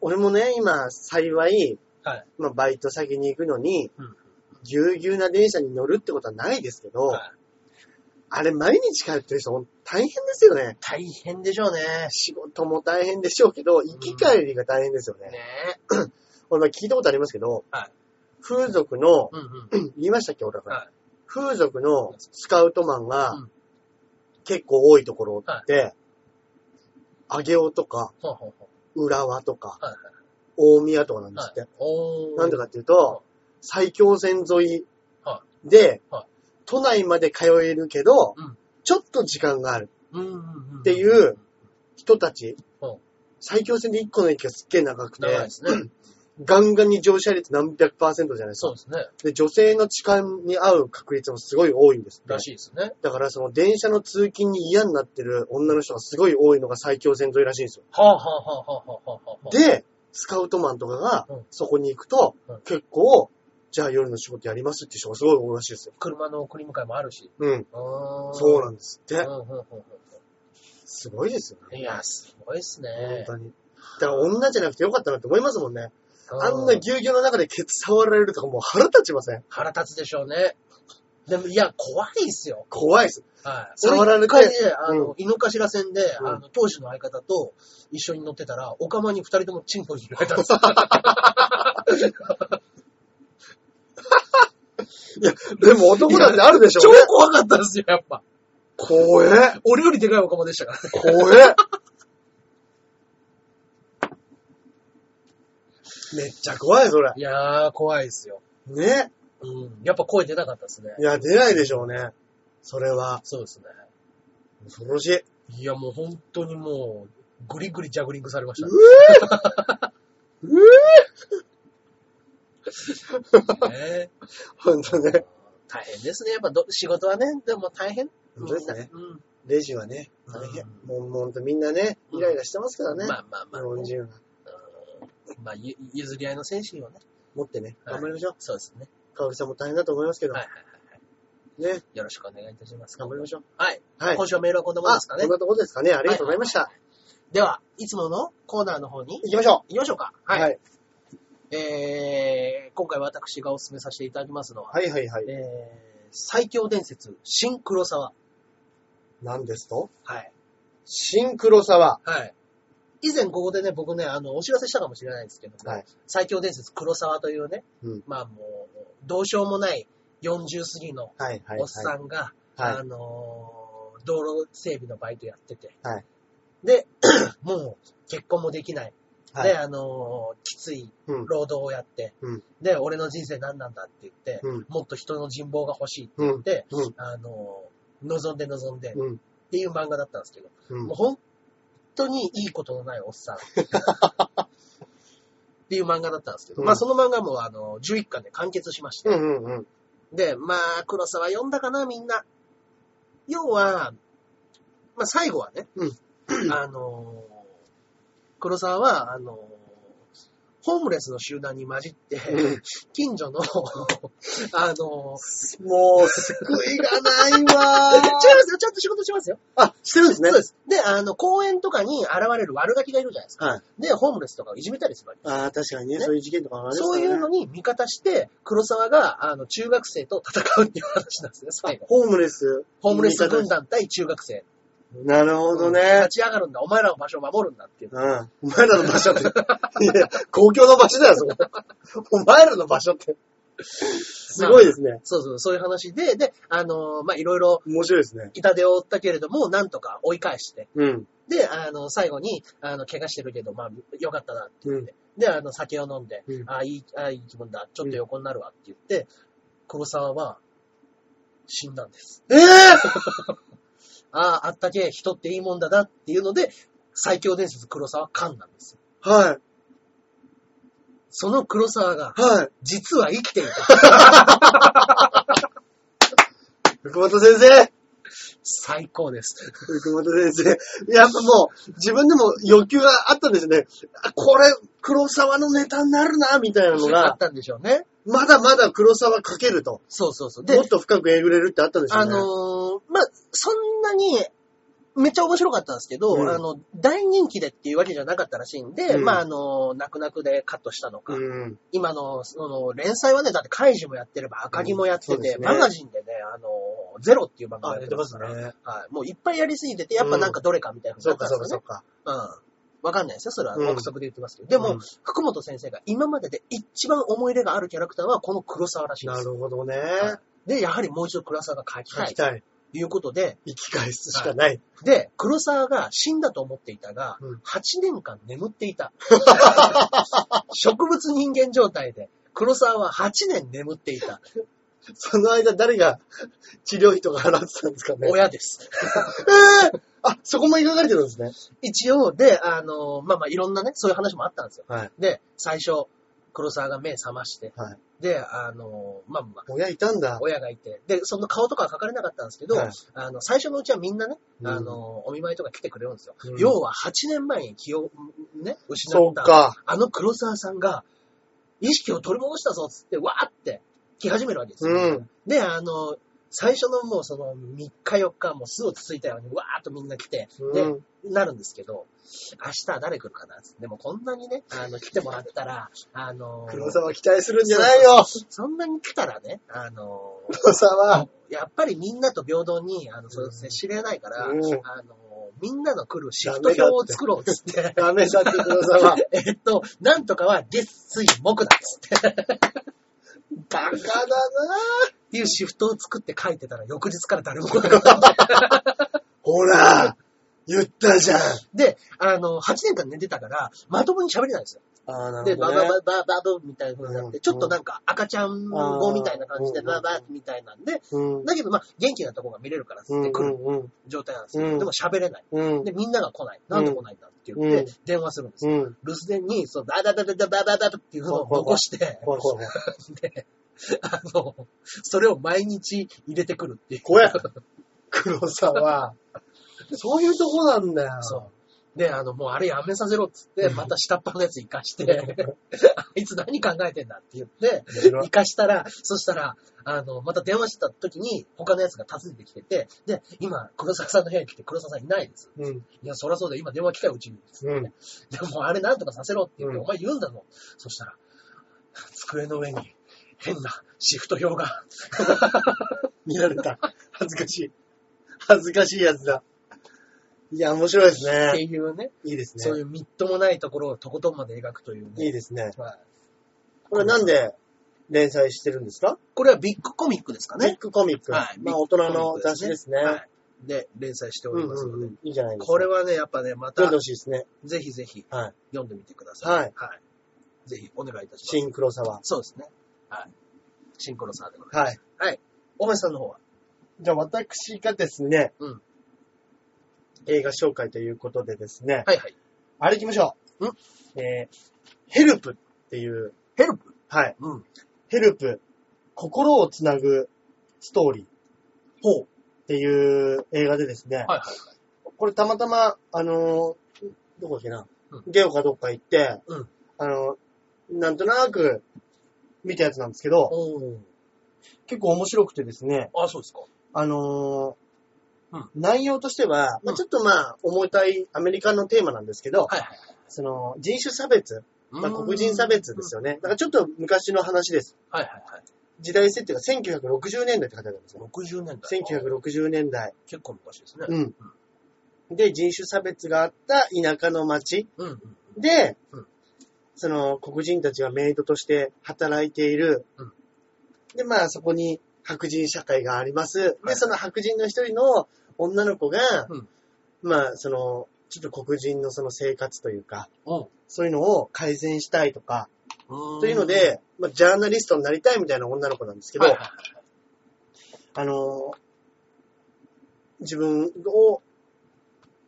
S1: 俺もね、今幸い、
S2: はい
S1: まあ、バイト先に行くのに、
S2: うん
S1: ぎゅうぎゅうな電車に乗るってことはないですけど、
S2: うんはい
S1: あれ毎日通ってる人ほんと大変ですよね。
S2: 大変でしょうね。
S1: 仕事も大変でしょうけど、行き帰りが大変ですよね。
S2: ね
S1: 俺まあ聞いたことありますけど、
S2: はい
S1: 風俗の、
S2: うんうん。
S1: 言いましたっけ俺ら、
S2: はい
S1: 風俗のスカウトマンが
S2: うん
S1: 結構多いところって、上尾とか、
S2: ほうほうほ
S1: 浦和とか、
S2: う。はい
S1: 大宮とかなんですって。
S2: はい。おー
S1: なんでかっていうと、埼京線沿い
S2: は
S1: で
S2: はい、
S1: 都内まで通えるけど
S2: うん、
S1: ちょっと時間がある
S2: うんうんうん。
S1: っていう人たち
S2: うん、
S1: 埼京線で1個の駅がすっげえ長くて、
S2: 長いですね。
S1: ガンガンに乗車率何百パーセントじゃないです
S2: そう
S1: か。
S2: ですね。
S1: で、女性の痴漢に合う確率もすごい多いんですって
S2: ら。しいですね。
S1: だからその電車の通勤に嫌になってる女の人がすごい多いのが埼京線沿いらしいんですよ。
S2: はあはあはあはあはあはあ。
S1: で、スカウトマンとかが
S2: うん
S1: そこに行くと
S2: うん、
S1: 結構、じゃあ夜の仕事やりますって人がすごい多いらしいですよ。
S2: 車の送り迎えもあるし。
S1: うん。そ
S2: そう
S1: なんですって。
S2: うんうんうん
S1: すごいですよ
S2: うん。
S1: ね。
S2: いや、すごいです
S1: 本
S2: ね。
S1: 当に。だから女じゃなくてよかったなって思いますもんね。
S2: う
S1: あんなぎゅうぎゅうの中でケツ触られるとかもう腹立ちません。
S2: 腹立つでしょうね。でも、いや、怖いですよ。
S1: 怖いです。
S2: はい。
S1: 触られて
S2: 俺一回ね、あの、
S1: う
S2: 井の頭線で、
S1: うん
S2: あの、当時の相方と一緒に乗ってたら、お釜に二人ともチンポに入れられたんですよ。
S1: でも男だってあるでし
S2: 超
S1: ょうね。
S2: 怖かったですよ、やっぱ。
S1: 怖え。
S2: 俺よりでかいお釜でしたからね。
S1: 怖 え。めっちゃ怖い、それ。
S2: いやー、怖いですよ。
S1: ね。
S2: うん。やっぱ声出なかったですね
S1: い。や、出ないでしょうね。それは。
S2: そうですね。
S1: 恐ろしい。
S2: いや、もう本当にもう、ぐりぐりジャグリングされましたね。
S1: うえ
S2: ね
S1: ほんとね。
S2: 大変ですね。やっぱど仕事はね、でも大変。
S1: 本当ですね。
S2: うん。
S1: レジはね、大変。
S2: うん
S1: もんもんとみんなね、イライラしてますからね。
S2: まあまあま
S1: 日
S2: あ。
S1: 本人は。
S2: うんまあ、ゆ譲り合いの精神をね。
S1: 持ってね、
S2: はい
S1: 頑張りましょう。
S2: そうですね。
S1: かおりさんも大変だと思いますけど
S2: は。い
S1: ね。
S2: よろしくお願いいたします。
S1: 頑張りましょう。
S2: はい。
S1: はい。
S2: 今週はメールはこんなもん
S1: あ、
S2: ですかね
S1: こん。なとこですかね。ありがとうございました。
S2: では、いつものコーナーの方に
S1: 行きましょ
S2: 行きましょうか。
S1: う。
S2: はい。
S1: い。
S2: えー、今回私がお勧めさせていただきますのは、
S1: はいはいはい。
S2: えー、最強伝説、シンクロサワ。
S1: 何ですと
S2: はい。
S1: シンクロ沢。
S2: はい。以前ここでね、僕ね、あの、お知らせしたかもしれないですけども、
S1: はい
S2: 最強伝説黒沢というね、
S1: うん
S2: まあもう、どうしようもない40過ぎの
S1: はいはいはい。
S2: おっさんが、
S1: はい
S2: あ。のー道路整備のバイトやってて、
S1: はい
S2: で、もう結婚もできない、
S1: はい
S2: で、あのーきつい
S1: うん。
S2: 労働をやって、
S1: うん
S2: で、俺の人生何なんだって言って、
S1: うん。
S2: もっと人の人望が欲しいって
S1: う
S2: 言っ
S1: ん。
S2: て、
S1: うん。
S2: あのー望んで望んでっ
S1: うん。
S2: ていう漫画だったんですけど、
S1: うん
S2: もう。本当にいいことのないおっ さん。っていう漫画だったんですけど、
S1: うん
S2: まあその漫画もあの、11巻で完結しまして、
S1: うん。うん。
S2: で、まあ黒沢読んだかな、みんな。要は、まあ最後はね、
S1: うん
S2: あの、黒沢は、あの、ホームレスの集団に混じって、
S1: うん
S2: 近所の、 あの、
S1: もう、救いがないわ
S2: 違いますよ、ちゃんと仕事しますよ。
S1: あ、してるんですね
S2: そう。です。で、あの、公園とかに現れる悪ガキがいるじゃないですか。
S1: はい。
S2: で、ホームレスとかをいじめたりするわけ
S1: ああ、確かにね、
S2: ね
S1: そういう事件とかもあります
S2: そう
S1: からね
S2: いうのに味方して、黒沢が、あの、中学生と戦うっていう話なんですね、最後。
S1: ホームレス。
S2: ホームレス軍団対中学生。
S1: なるほど
S2: 立
S1: ね。
S2: ち上がるんだ、お前らの場所を守るんだっていう。
S1: うん。お前らの場所って。 いや公共の場所だよ、そこ。 お前らの場所って。すごいですね。
S2: そうそう、そういう話で、で、あのーまあ、いろいろ、
S1: 面白いですね。
S2: 痛手を負ったけれども、なんとか追い返して。
S1: うん。
S2: で、あの、最後に、あの、怪我してるけど、まあ、よかったなって言って。で、あの、酒を飲んで、
S1: うん
S2: あいい、あいい気分だ、ちょっと横になるわって言って、黒沢は、死んだんです。
S1: ええ
S2: ああ、あったけ、人っていいもんだなっていうので、最強伝説黒沢勘なんですよ。
S1: はい。
S2: その黒沢が、
S1: はい。
S2: 実は生きてい た。
S1: 福本先生
S2: 最高です。
S1: 福本先生。やっぱもう、自分でも欲求があったんですね。あこれ、黒沢のネタになるな、みたいなの
S2: あ っ
S1: が、
S2: たんでしょうね。
S1: まだまだ黒沢かけると。
S2: そうそうそう。で
S1: もっ、と深くえぐれるってあったんです
S2: あ
S1: よね。
S2: のーまあ、そんなに、めっちゃ面白かったんですけど、
S1: うん
S2: あの、大人気でっていうわけじゃなかったらしいんで、
S1: うん
S2: まあ、あのー泣く泣くでカットしたのか、
S1: うん。
S2: 今の、その、連載はね、だって、カイジもやってれば、赤木もやって
S1: うんそう
S2: て、
S1: ですね
S2: マガジンでね、あのーゼロっていう漫画
S1: あ、
S2: や
S1: や
S2: っ
S1: ってて
S2: ま
S1: ますす
S2: から、
S1: ね。
S2: はい。もういっぱいやりすぎてて、やっぱなんかどれかみたいなふうに
S1: そ
S2: な
S1: う
S2: った
S1: か
S2: んで
S1: そ
S2: す
S1: う
S2: よ
S1: か
S2: ね
S1: そうか。
S2: うん。わかんないですよ、それは。
S1: うん
S2: 憶測で言ってますけど。で
S1: う
S2: も、
S1: ん
S2: 福本先生が今までで一番思い入れがあるキャラクターは、この黒沢らしいで
S1: な
S2: す。
S1: るほどね。
S2: で、やはりもう一度黒沢が書き
S1: 書
S2: た
S1: き
S2: い。
S1: たい。
S2: ということで、
S1: 生き返すしかない。
S2: で、黒沢が死んだと思っていたが、
S1: うん
S2: 8年間眠っていた。 植物人間状態で、黒沢は8年眠っていた。
S1: その間誰が 治療費とか払ってたんですかね。
S2: 親です。
S1: えーあ、そこも描かれてるんですね。
S2: 一応、で、あの、まあまあ、いろんなね、そういう話もあったんですよ。
S1: はい。
S2: で、最初、黒沢が目覚まして、
S1: はい。
S2: で、あの、まあまあ、
S1: 親いたんだ。
S2: 親がいて、で、その顔とかは書かれなかったんですけど、
S1: はい
S2: あの、最初のうちはみんなね、
S1: うん
S2: あの、お見舞いとか来てくれるんですよ。
S1: うん
S2: 要は8年前に気を、ね、失
S1: そう
S2: った。
S1: か。
S2: あの黒沢さんが、意識を取り戻したぞっつって、わーって来始めるわけです
S1: う
S2: よ。
S1: ん。
S2: で、あの、最初のもうその3日4日、もうすぐつついたように、わーっとみんな来て、で、
S1: うん
S2: なるんですけど、明日は誰来るかなっつってでもこんなにね、あの、来てもらったら、あの、
S1: 黒沢期待するんじゃないよ。
S2: そんなに来たらね、あの、
S1: 黒沢。
S2: やっぱりみんなと平等に、あの、それを接しれないから、
S1: うん
S2: あの、みんなの来るシフト表を作ろうっつって、
S1: ダメだって黒 沢。
S2: えっと、なんとかは月水木だっつって。
S1: バカだな
S2: っていうシフトを作って書いてたら翌日から誰も来なかった。
S1: ほら言ったじゃん
S2: で、あの、8年間寝てたから、まともに喋れないんですよ。
S1: あーな
S2: で、
S1: るほど
S2: ババ
S1: ね。
S2: バババブみたいな風になっ
S1: う
S2: て、
S1: ん
S2: ちょっとなんか赤ちゃん棒みたいな感じで、
S1: うん
S2: ババみたいなんで、
S1: うん
S2: だけどまあ元気なとこが見れるからっつって来る
S1: うん
S2: 状態なんですけ
S1: う
S2: ど、
S1: ん
S2: でも喋れない。
S1: うんうん
S2: で、みんなが来ない。なんで来ないんだって言
S1: う
S2: っ
S1: ん
S2: て、電話するんですよ。
S1: うん。
S2: 留守電に、その、バババババババっていうのを残して、
S1: 怖い怖い
S2: で、あの、それを毎日入れてくるっていう。
S1: 怖い。怖い。黒 沢。そういうとこなんだよ。
S2: そう。で、あの、もうあれやめさせろっつって、
S1: うん
S2: また下っ端のやつ生 かして、あいつ何考えてんだって言って、
S1: 面白い
S2: 生かしたら、そしたら、あの、また電話してた時に、他のやつが訪ねてきてて、で、今、黒沢さんの部屋に来て黒沢さんいないです。
S1: うん。
S2: いや、そりゃそうだよ、今電話来たよ、うちに。
S1: うん。
S2: でもあれなんとかさせろって言って、
S1: うん
S2: お前言うんだぞ。そしたら、机の上に、変なシフト表が、
S1: 見られた。恥ずかしい。恥ずかしいやつだ。いや、面白いです
S2: って
S1: ね。
S2: いうね、
S1: いいです
S2: そうい
S1: ね。
S2: うみっともないところをとことんまで描くというね。
S1: いいですね。
S2: はい
S1: これなんで連載してるんですか
S2: これはビッグコミックですか
S1: ビ
S2: ね
S1: ッ。グコミック。
S2: はい
S1: まあ、大人の雑誌ですね。
S2: はいで連載してお
S1: う
S2: り
S1: ん
S2: ますので、
S1: うんうん。いいじゃないですか。
S2: これはね、やっぱね、ま
S1: 読ん
S2: た
S1: で、ほしいですね。
S2: ぜひぜひ
S1: はい。
S2: 読んでみてください。
S1: はい
S2: ぜひお願いいたします。
S1: シンクロサワ
S2: そうですね。はい。シンクロサーでございます。
S1: ー。はい。
S2: 大橋さんの方は
S1: じゃあ私がですね、
S2: うん
S1: 映画紹介ということでですね、
S2: はいはい。
S1: あれ行きましょう。
S2: うん
S1: えー、ヘルプっていう、
S2: ヘルプ
S1: はい。
S2: うん。
S1: ヘルプ、心をつなぐストーリーっ
S2: ほう。
S1: ていう映画でですね、
S2: はいはいはい。
S1: これたまたま、あのーどこだっけな、
S2: う
S1: ゲオかどっか行って、
S2: うん
S1: あのーなんとなく見たやつなんですけど、
S2: お
S1: 結構面白くてですね、
S2: お。あ、そうですか。
S1: あのー
S2: うん
S1: 内容としては、ま
S2: う
S1: あ、
S2: ん
S1: ちょっとまあ、重たいアメリカのテーマなんですけど、
S2: はいはい。
S1: その人種差別、まあ、黒人差別です
S2: よ。
S1: よね。だからちょっと昔の話です。
S2: はいはいはい。
S1: 時代設定が1960年代って書いてあるんですよ。
S2: 60年代。
S1: 1960年代。
S2: 結構昔ですね。
S1: うん。で、人種差別があった田舎の町
S2: うんうん。
S1: で
S2: うん、
S1: その黒人たちがメイドとして働いている
S2: うん。
S1: で、まあそこに白人社会があります。
S2: は
S1: で、
S2: い
S1: その白人の一人の女の子が
S2: うん、
S1: まあその、ちょっと黒人のその生活というか、
S2: お
S1: そういうのを改善したいとか、
S2: う
S1: というの、で、まあ、ジャーナリストになりたいみたいな女の子なんですけど、
S2: はいはいはい
S1: あのー自分を、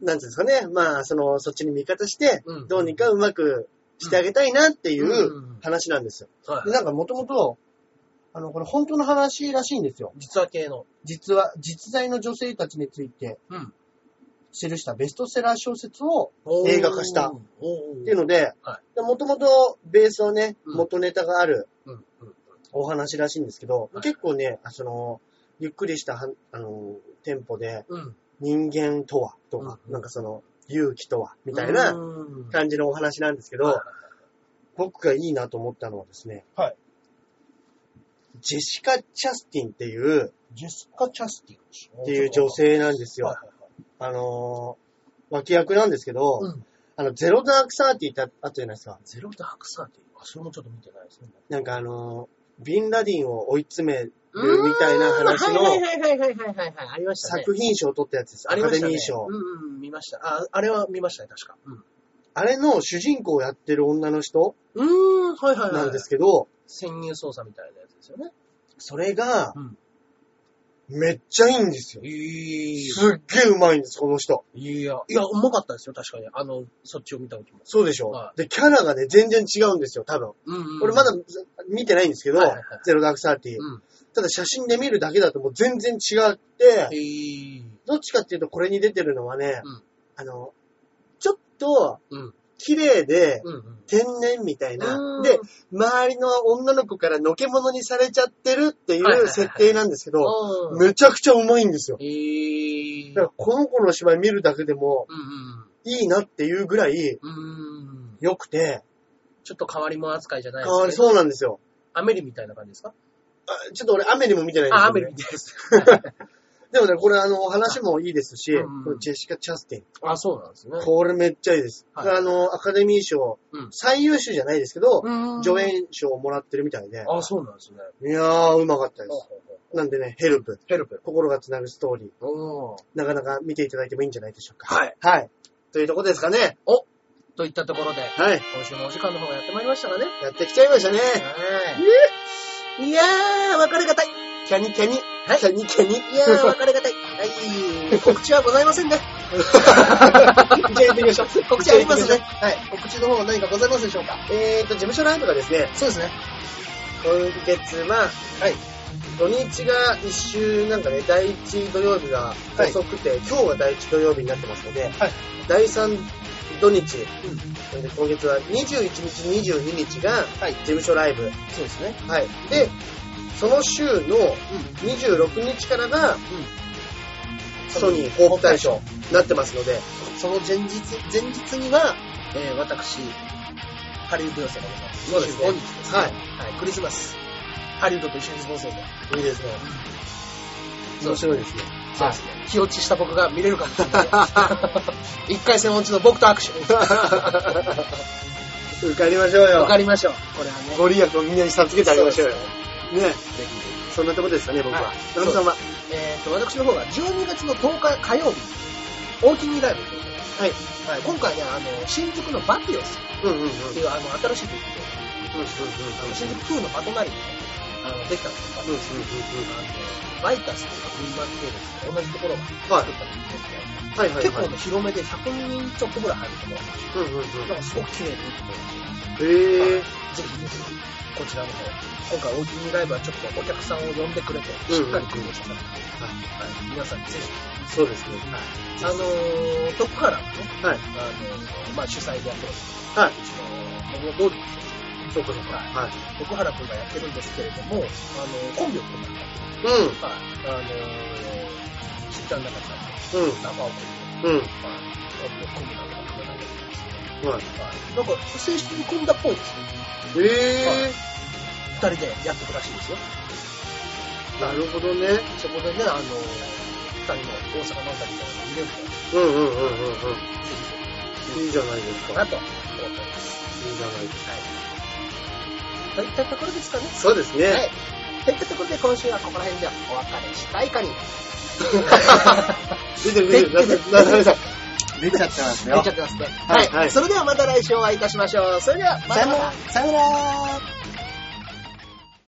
S1: なんていうんですかね、まあ、その、そっちに味方して、
S2: うん
S1: どうにかうまくしてあげたいなってい
S2: うん
S1: う
S2: うんうん
S1: 話なんですよ。
S2: はい
S1: で、なんかもともと、あの、これ本当の話らしいんですよ。
S2: 実話系の。
S1: 実は、実在の女性たちについて
S2: うん。
S1: 記したベストセラー小説を、映画化した
S2: おーおー
S1: っていうので
S2: は、
S1: もともとベースをね、
S2: うん
S1: 元ネタがある
S2: うんうん
S1: お話らしいんですけど、
S2: はい
S1: 結構ね、あその、ゆっくりしたはん、あの、テンポで、
S2: うん。うん。
S1: 人間とは、とか、
S2: うん
S1: なんかその、勇気とは、みたいうなん感じのお話なんですけど、
S2: はい
S1: 僕がいいなと思ったのはですね、
S2: はい
S1: ジェシカ・チャスティンっていう、
S2: ジェスカ・チャスティン。
S1: っていう女性なんですよ。
S2: はいはいはい
S1: あのー脇役なんですけど、
S2: うん
S1: あの、ゼロダークサーティーってあったじゃないですか。
S2: ゼロダークサーティン。あ、それもちょっと見てないですね。
S1: なんかあのービンラディンを追い詰めるみたいな話の、
S2: はいはいはいはいはいはいはい。ありましたね。
S1: 作品賞を取ったやつです。
S2: あ
S1: ア
S2: り
S1: カ
S2: ま
S1: デ
S2: した
S1: ミ
S2: ね
S1: ー賞。
S2: うんうん、見ました。あ、あれは見ましたね、確か。
S1: あれの主人公をやってる女の人
S2: うん。うーん、はいはいはい。
S1: なんですけど、
S2: 潜入捜査みたいなやつですよね。
S1: それが
S2: うん、
S1: めっちゃいいんですよ。
S2: い
S1: すっげえうまいんです、この人。
S2: いや、いや、うまかったですよ、確かに。あの、そっちを見た時も。
S1: そうでしょ、
S2: は
S1: で、キャラがね、全然違うんですよ、多分。
S2: うん、
S1: 俺まだ見てないんですけど、
S2: はいはいはい
S1: ゼロダークサーティー、
S2: うん。
S1: ただ写真で見るだけだともう全然違って、
S2: えー、
S1: どっちかっていうとこれに出てるのはね、
S2: うん
S1: あの、ちょっと
S2: うん。
S1: 綺麗で、
S2: うん、うん。
S1: 天然みたい
S2: うん
S1: な。で、周りの女の子からのけ者にされちゃってるってい
S2: はいはいは
S1: う
S2: い
S1: 設定なんですけど、
S2: うん
S1: めちゃくちゃうまいんですよ。
S2: えー、
S1: だからこの子の芝居見るだけでも
S2: うん、
S1: いいなっていうぐらい
S2: うん。うん。
S1: 良くて、
S2: ちょっと変わり者扱いじゃない
S1: 変
S2: です
S1: わ
S2: け
S1: り
S2: ど
S1: そうなんですよ。
S2: アメリみたいな感じですか
S1: あちょっと俺雨にも見てないんです
S2: あ、ア
S1: よ、
S2: メリ
S1: ね
S2: み。たいです。
S1: でもね、これあの、お話もいいですし、
S2: うん
S1: このジェシカ・チャスティン。
S2: あ、そうなんですね。
S1: これめっちゃいいです。
S2: はい
S1: であの、アカデミー賞、
S2: うん
S1: 最優秀じゃないですけど、
S2: うん
S1: 助。演賞をもらってるみたいで。
S2: あ、そうなんですね。
S1: いやー、うまかったで
S2: ほう
S1: す。
S2: ほうほう
S1: なんでね、ヘルプ。
S2: ヘルプ。
S1: 心がつなぐストーリー。
S2: おー
S1: なかなか見ていただいてもいいんじゃないでしょうか。
S2: はい。
S1: はい。というとこですかね。
S2: おといったところで、
S1: はい。
S2: 今週もお時間の方がやってまいりましたかね。
S1: やってきちゃいましたね。
S2: いやー、別れがたい。
S1: キャニキャニ。
S2: はい
S1: キャニキャニ。
S2: いやー、別れ がたい。はい。告知はございませんね。
S1: じゃあやってみましょう。
S2: 告知ありますね。
S1: はい。
S2: 告知の方は何かございますでしょうか
S1: えーと、事務所ライブがですね、
S2: そうですね。
S1: 今月は、はい。土日が一週、なんかね、第一土曜日が
S2: はい
S1: 遅くて、今日は第一土曜日になってますので、
S2: はい
S1: 第三土日、なんで今月は21日、22日が、
S2: はい
S1: 事務所ライブ。
S2: そうですね。
S1: はい。で、その週の26日からが、ソニー報復大賞になってますので、
S2: その前日、前日には、えー、私、ハリウッド予選がございます。
S1: そうですね
S2: 25日です、ね。
S1: はい
S2: はい。クリスマス。ハリウッドと一緒に過ごそうと。
S1: いいですね。
S2: そう
S1: 面白いですね。
S2: そうですね。気落ちした僕が見れるかな。一回戦落ちの僕と 握手。
S1: 受かりましょう
S2: わ
S1: よ
S2: か。りましょう。これはね。
S1: ご利益をみんなに授けてあげましょうよ。ね
S2: ぜひぜ
S1: そんなとこですかね、僕は
S2: はい。
S1: ナムさんは。
S2: ひ。えっ、と、私の方が12月の10日火曜日、大きにライブということで
S1: はい。
S2: はい、今回ね、あの、新宿のバティオス
S1: うんうんうん。うんうん
S2: っていう、あの、新しい劇場、あの新宿風のパトナリーで、あの、できたんですけど、
S1: う
S2: あの、バイタスとか群馬系ですね、同じところが
S1: はい
S2: 作ったんですけど
S1: ん。はいはいはい。
S2: 結構ね、広めで100人ちょっとぐらい入ると思うんです
S1: うんうんうん。へえ。
S2: けど、なんかすごく綺麗にできて、ぜひぜひ、こちらの方、今回大喜利ライブはちょっとお客さんを呼んでくれて、
S1: うん
S2: しっかり工夫してもらって、はい、皆さんぜひ、
S1: そうですね。
S2: あのー、徳原がね、
S1: はい。
S2: あのー、まあ、主催でやって
S1: はい
S2: ます。。
S1: う
S2: ちの、桃通り
S1: そうかそうか。
S2: はい
S1: はい。
S2: 徳原くんがやってるんですけれども、あのー、コンビを組んだり
S1: う
S2: とか、あのー、しっちゃん中さんと
S1: ん。
S2: 生を組ん
S1: うん。うん。
S2: だコンビを組むなんか組めないですけど
S1: はい。
S2: はいなんか、正式に組んだっぽいですね。
S1: へえ。
S2: 二人でやってくらしいですよ。
S1: なるほどね。
S2: そこでね、あの、二人の大阪のあたりのイベントをぜ
S1: うんうんうんうん
S2: ひ
S1: うん。いいじゃないですか。
S2: 行こうかなと思っております。
S1: いいじゃないですか。
S2: といったところですかね。
S1: そうです
S2: は
S1: ね
S2: い。。といったところで今週はここら辺でお別れしたいか に。
S1: 出てる出てる。なななさん。出ちゃってます
S2: 出ちゃってますね。
S1: はいはい
S2: それではまた来週お会いいたしましょう。それでは、またまた。
S1: さよなら。